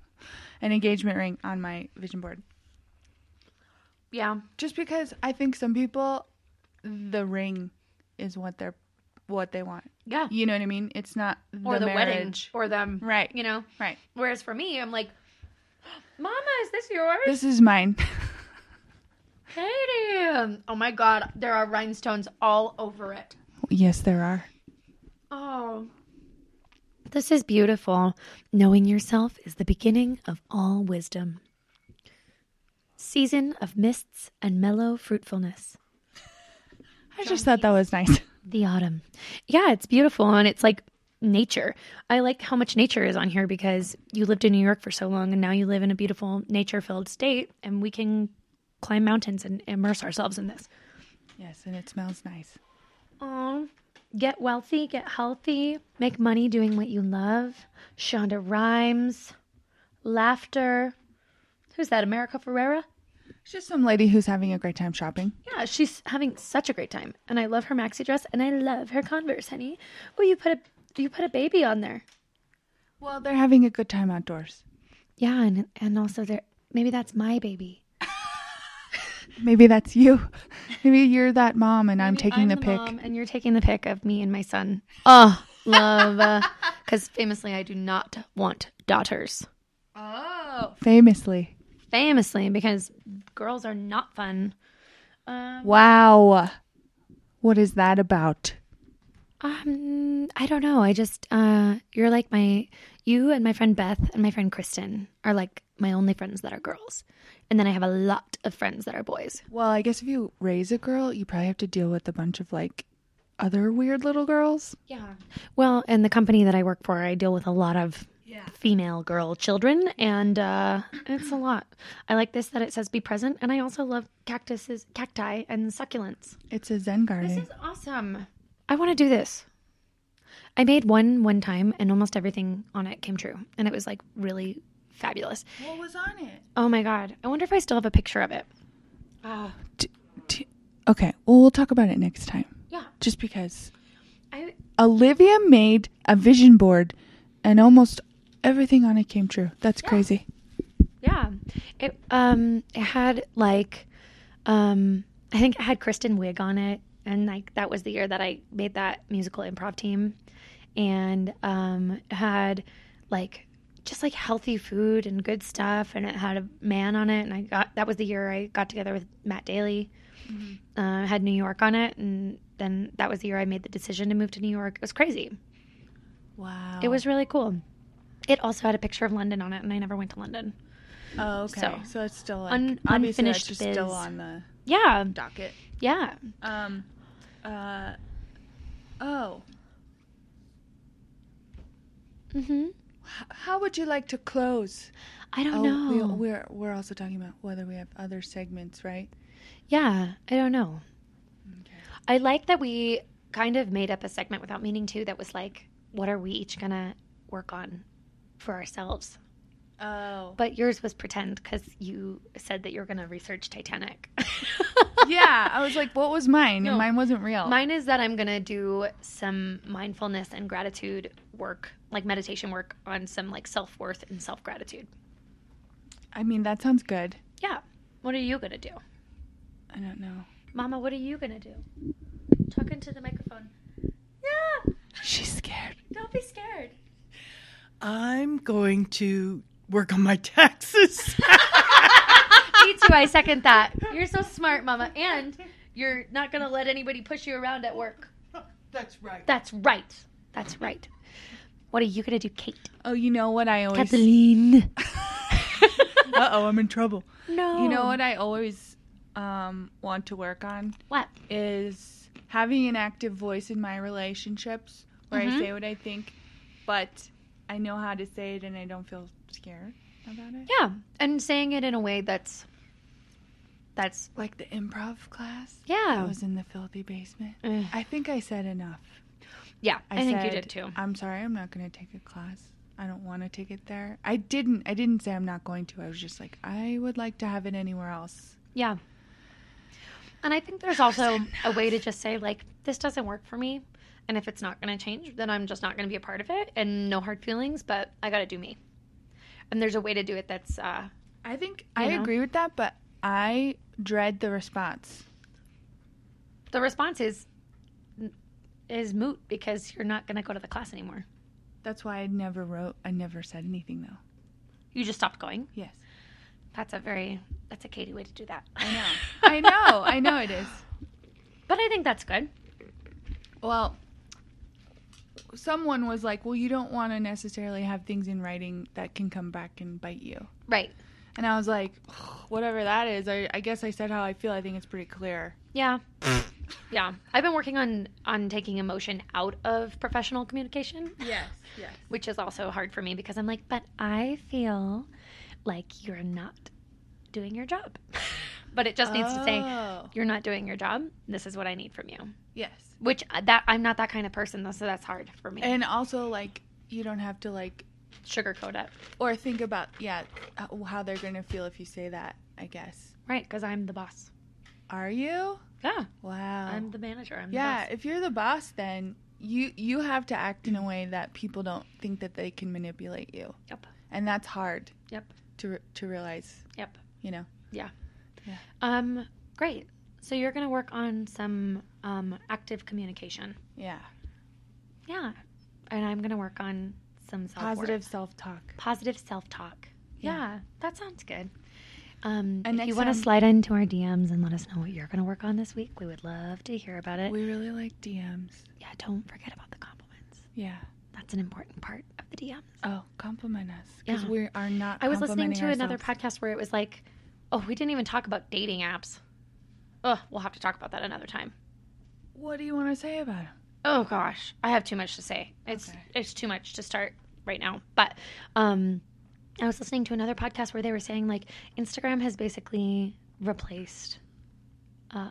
Speaker 2: an engagement ring on my vision board.
Speaker 1: Yeah.
Speaker 2: Just because I think some people the ring is what they're what they want.
Speaker 1: Yeah.
Speaker 2: You know what I mean? It's not the,
Speaker 1: Or the, wedding
Speaker 2: marriage.
Speaker 1: or them.
Speaker 2: Right.
Speaker 1: You know.
Speaker 2: Right.
Speaker 1: Whereas for me, I'm like, "Mama, is this yours?"
Speaker 2: This is mine.
Speaker 1: Katie. Oh my god, there are rhinestones all over it.
Speaker 2: yes, there are.
Speaker 1: Oh. This is beautiful. Knowing yourself is the beginning of all wisdom. Season of mists and mellow fruitfulness.
Speaker 2: I just thought that was nice.
Speaker 1: The autumn. Yeah, it's beautiful and it's like nature. I like how much nature is on here because you lived in New York for so long and now you live in a beautiful nature filled state and we can climb mountains and immerse ourselves in this.
Speaker 2: Yes, and it smells nice.
Speaker 1: Oh, get wealthy, get healthy, make money doing what you love. Shonda Rhimes, laughter. Who's that? America Ferrera?
Speaker 2: It's just some lady who's having a great time shopping.
Speaker 1: Yeah, she's having such a great time, and I love her maxi dress, and I love her Converse, honey. Oh, you put a you put a baby on there.
Speaker 2: Well, they're having a good time outdoors.
Speaker 1: Yeah, and and also there maybe that's my baby.
Speaker 2: Maybe that's you. Maybe you're that mom and I'm taking the, pic.
Speaker 1: mom, and you're taking the pic of me and my son. Oh, love, because famously I do not want daughters.
Speaker 2: Oh. Famously.
Speaker 1: Famously, because girls are not fun. Um,
Speaker 2: Wow. What is that about?
Speaker 1: Um, I don't know. I just uh, you're like my you and my friend Beth and my friend Kristen are like my only friends that are girls, and then I have a lot of friends that are boys.
Speaker 2: Well, I guess if you raise a girl, you probably have to deal with a bunch of like other weird little girls.
Speaker 1: Yeah. Well, and the company that I work for, I deal with a lot of female girl children, and uh, it's a lot. I like this that it says be present, and I also love cactuses, cacti, and succulents.
Speaker 2: It's a Zen garden.
Speaker 1: This is awesome. I want to do this. I made one one time, and almost everything on it came true, and it was like really fabulous.
Speaker 2: what was on it?
Speaker 1: Oh my god! I wonder if I still have a picture of it. Oh
Speaker 2: okay. Well, we'll talk about it next time.
Speaker 1: yeah,
Speaker 2: Just because
Speaker 1: I
Speaker 2: Olivia made a vision board and almost everything on it came true. That's crazy.
Speaker 1: yeah. It um it had like um I think it had Kristen Wiig on it, and like that was the year that I made that musical improv team, and um it had like just like healthy food and good stuff, and it had a man on it, and I got that was the year I got together with Matt Daly. Uh, had New York on it, and then that was the year I made the decision to move to New York. It was crazy.
Speaker 2: Wow.
Speaker 1: It was really cool. It also had a picture of London on it, and I never went to London.
Speaker 2: Oh, okay.
Speaker 1: So-
Speaker 2: So, it's still like,
Speaker 1: Un-
Speaker 2: obviously
Speaker 1: unfinished
Speaker 2: that's just
Speaker 1: biz.
Speaker 2: still on the
Speaker 1: Yeah,
Speaker 2: docket.
Speaker 1: yeah.
Speaker 2: Um, uh, oh,
Speaker 1: hmm
Speaker 2: h- how would you like to close? Oh,
Speaker 1: I don't
Speaker 2: we,
Speaker 1: know.
Speaker 2: we're we're also talking about whether we have other segments, right?
Speaker 1: yeah, I don't know.
Speaker 2: Okay.
Speaker 1: I like that we kind of made up a segment without meaning to. That was like, what are we each gonna work on for ourselves?
Speaker 2: Oh,
Speaker 1: But yours was pretend because you said that you're gonna research Titanic.
Speaker 2: yeah. I was like, what was mine?
Speaker 1: No.
Speaker 2: Mine wasn't real.
Speaker 1: Mine is that I'm gonna do some mindfulness and gratitude work, like meditation work on some like self worth and self gratitude.
Speaker 2: I mean, that sounds good.
Speaker 1: Yeah. What are you gonna do?
Speaker 2: I don't know.
Speaker 1: Mama, what are you gonna do? Talk into the microphone. Yeah.
Speaker 2: She's scared.
Speaker 1: Don't be scared.
Speaker 3: I'm going to work on my taxes.
Speaker 1: Me too, I second that. You're so smart, Mama. And you're not gonna let anybody push you around at work.
Speaker 3: That's right.
Speaker 1: That's right. That's right. What are you gonna do, Kate?
Speaker 2: Oh, you know what I always.
Speaker 1: Kathleen.
Speaker 2: uh oh, I'm in trouble.
Speaker 1: no.
Speaker 2: You know what I always um, want to work on
Speaker 1: What?
Speaker 2: is having an active voice in my relationships where
Speaker 1: Mhm.
Speaker 2: I say what I think, but I know how to say it and I don't feel scared about it.
Speaker 1: Yeah, and saying it in a way that's that's
Speaker 2: Like the improv class that
Speaker 1: yeah,
Speaker 2: was in the filthy basement.
Speaker 1: Ugh.
Speaker 2: I think I said enough.
Speaker 1: yeah. eh. I, think you
Speaker 2: said,
Speaker 1: did too.
Speaker 2: I'm sorry, I'm not going to take a class. I don't want to take it there. I didn't. I didn't say I'm not going to. I was just like, I would like to have it anywhere else.
Speaker 1: Yeah, and I think there's also a way to just say like this doesn't work for me, and if it's not going to change, then I'm just not going to be a part of it, and no hard feelings. But I got to do me, and there's a way to do it that's uh
Speaker 2: I think
Speaker 1: You
Speaker 2: I
Speaker 1: know?
Speaker 2: agree with that, but I dread the response.
Speaker 1: the response is is moot because you're not going to go to the class anymore.
Speaker 2: That's why I never wrote. I never said anything though.
Speaker 1: You just stopped going.
Speaker 2: Yes,
Speaker 1: That's a very that's a Katie way to do that.
Speaker 2: I know. I know. I know it is.
Speaker 1: But I think that's good.
Speaker 2: Well, someone was like, "Well, you don't want to necessarily have things in writing that can come back and bite you."
Speaker 1: Right.
Speaker 2: And I was like, "Ugh, whatever that is, I, I guess I said how I feel. I think it's pretty clear.
Speaker 1: Yeah. yeah. I've been working on on taking emotion out of professional communication,
Speaker 2: Yes, yes.
Speaker 1: which is also hard for me because I'm like, but I feel like you're not doing your job. but it just needs to say you're not doing your job. This is what I need from you.
Speaker 2: Oh. yes.
Speaker 1: Which uh, that I'm not that kind of person though, so that's hard for me.
Speaker 2: And also, like, you don't have to, like,
Speaker 1: Sugarcoat it.
Speaker 2: or think about, yeah, uh, how they're going to feel if you say that, I guess.
Speaker 1: Right, because I'm the boss.
Speaker 2: Are you?
Speaker 1: Yeah. Oh.
Speaker 2: Wow.
Speaker 1: I'm the manager. I'm
Speaker 2: yeah,
Speaker 1: the boss.
Speaker 2: if you're the boss, then you you have to act in a way that people don't think that they can manipulate you.
Speaker 1: Yep.
Speaker 2: And that's hard
Speaker 1: Yep.
Speaker 2: to, re- to realize,
Speaker 1: Yep.
Speaker 2: you know.
Speaker 1: Um, great. So you're gonna work on some um, active communication.
Speaker 2: Yeah.
Speaker 1: Yeah. And I'm gonna work on some self
Speaker 2: Positive self talk.
Speaker 1: positive self talk. Yeah.
Speaker 2: Yeah.
Speaker 1: that sounds good. Um,
Speaker 2: And
Speaker 1: if
Speaker 2: next
Speaker 1: you want to
Speaker 2: time-
Speaker 1: slide into our DMs and let us know what you're going to work on this week, we would love to hear about it.
Speaker 2: We really like DMs.
Speaker 1: yeah, don't forget about the compliments.
Speaker 2: Yeah.
Speaker 1: That's an important part of the DMs.
Speaker 2: Oh, compliment us because
Speaker 1: Yeah.
Speaker 2: we are not.
Speaker 1: I was listening
Speaker 2: complimenting
Speaker 1: to another
Speaker 2: ourselves.
Speaker 1: podcast where it was like, oh, we didn't even talk about dating apps. Oh, we'll have to talk about that another time.
Speaker 2: What do you want to say about him?
Speaker 1: Oh gosh, I have too much to say. It's
Speaker 2: Okay.
Speaker 1: it's too much to start right now. But um I was listening to another podcast where they were saying like Instagram has basically replaced uh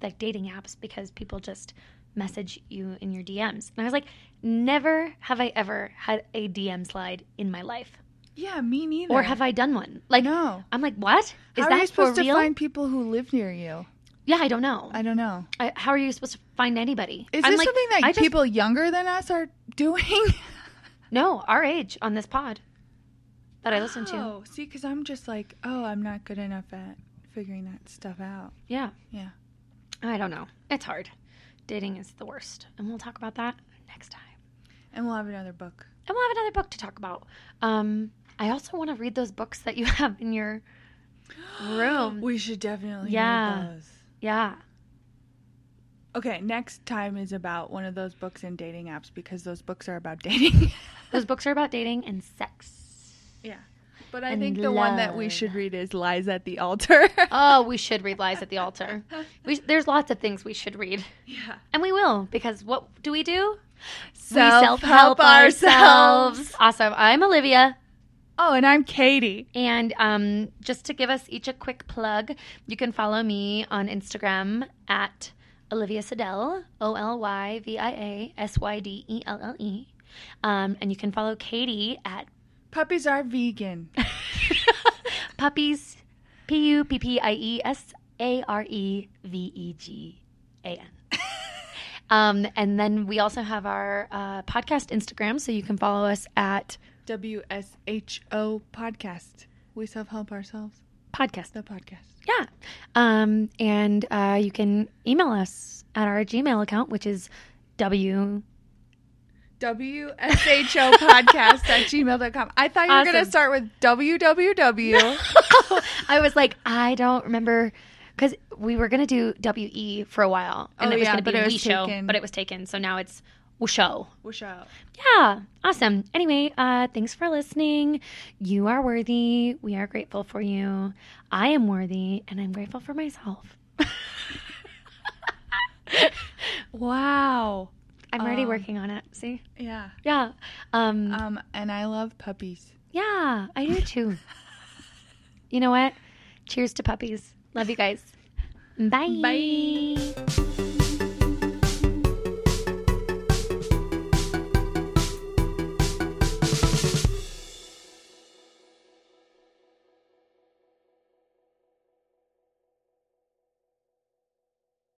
Speaker 1: like dating apps because people just message you in your DMs. And I was like, never have I ever had a DM slide in my life.
Speaker 2: Yeah, me neither.
Speaker 1: Or have I done one? Like
Speaker 2: No.
Speaker 1: I'm like, what? Is
Speaker 2: How
Speaker 1: that
Speaker 2: are you supposed
Speaker 1: for real?
Speaker 2: to find people who live near you?
Speaker 1: yeah, I don't know.
Speaker 2: I don't know.
Speaker 1: I, how are you supposed to find anybody?
Speaker 2: Is
Speaker 1: I'm
Speaker 2: this
Speaker 1: like,
Speaker 2: something that
Speaker 1: I just-
Speaker 2: people younger than us are doing?
Speaker 1: No, our age on this pod that I listen to.
Speaker 2: Oh, see, because I'm just like, oh, I'm not good enough at figuring that stuff out.
Speaker 1: Yeah.
Speaker 2: Yeah.
Speaker 1: I don't know. It's hard. Dating is the worst. And we'll talk about that next time.
Speaker 2: And we'll have another book.
Speaker 1: And we'll have another book to talk about. Um, I also want to read those books that you have in your room.
Speaker 2: We should definitely. read
Speaker 1: Yeah.
Speaker 2: those.
Speaker 1: Yeah.
Speaker 2: Okay, next time is about one of those books and dating apps because those books are about dating.
Speaker 1: Those books are about dating and sex.
Speaker 2: Yeah. But I
Speaker 1: And
Speaker 2: think the one that we
Speaker 1: love.
Speaker 2: should read is Lies at the Altar.
Speaker 1: Oh, we should read Lies at the Altar. We, there's lots of things we should read.
Speaker 2: yeah.
Speaker 1: And we will, because what do we do?
Speaker 2: Self-help ourselves.
Speaker 1: Awesome. I'm Olivia.
Speaker 2: Oh, and I'm Katie.
Speaker 1: And um, just to give us each a quick plug, you can follow me on Instagram at Olivia Siddell, O L Y V I A S Y D E L L E. Um, and you can follow Katie at
Speaker 2: Puppies are vegan.
Speaker 1: Puppies, P U P P I E S A R E V E G A N. Um, and then we also have our uh, podcast Instagram, so you can follow us at
Speaker 2: WSHO podcast. We self help ourselves.
Speaker 1: podcast
Speaker 2: The podcast.
Speaker 1: Yeah. Um, and uh, you can email us at our Gmail account, which is W.
Speaker 2: WSHO podcast at gmail.com. I thought you were going
Speaker 1: Awesome.
Speaker 2: to start with www.
Speaker 1: I was like, I don't remember because we were going to do WE for a while. And
Speaker 2: Oh,
Speaker 1: it was
Speaker 2: yeah,
Speaker 1: going to
Speaker 2: but
Speaker 1: be
Speaker 2: it was
Speaker 1: We Show,
Speaker 2: taken.
Speaker 1: but it was taken. So now it's We Show.
Speaker 2: Wish out.
Speaker 1: Yeah. Awesome. Anyway, uh, thanks for listening. You are worthy. We are grateful for you. I am worthy, and I'm grateful for myself.
Speaker 2: Wow.
Speaker 1: I'm already
Speaker 2: Um,
Speaker 1: working on it. See?
Speaker 2: Yeah.
Speaker 1: Yeah. Um,
Speaker 2: Um, and I love puppies.
Speaker 1: Yeah, I do too. you know what? Cheers to puppies. Love you guys. Bye.
Speaker 2: Bye.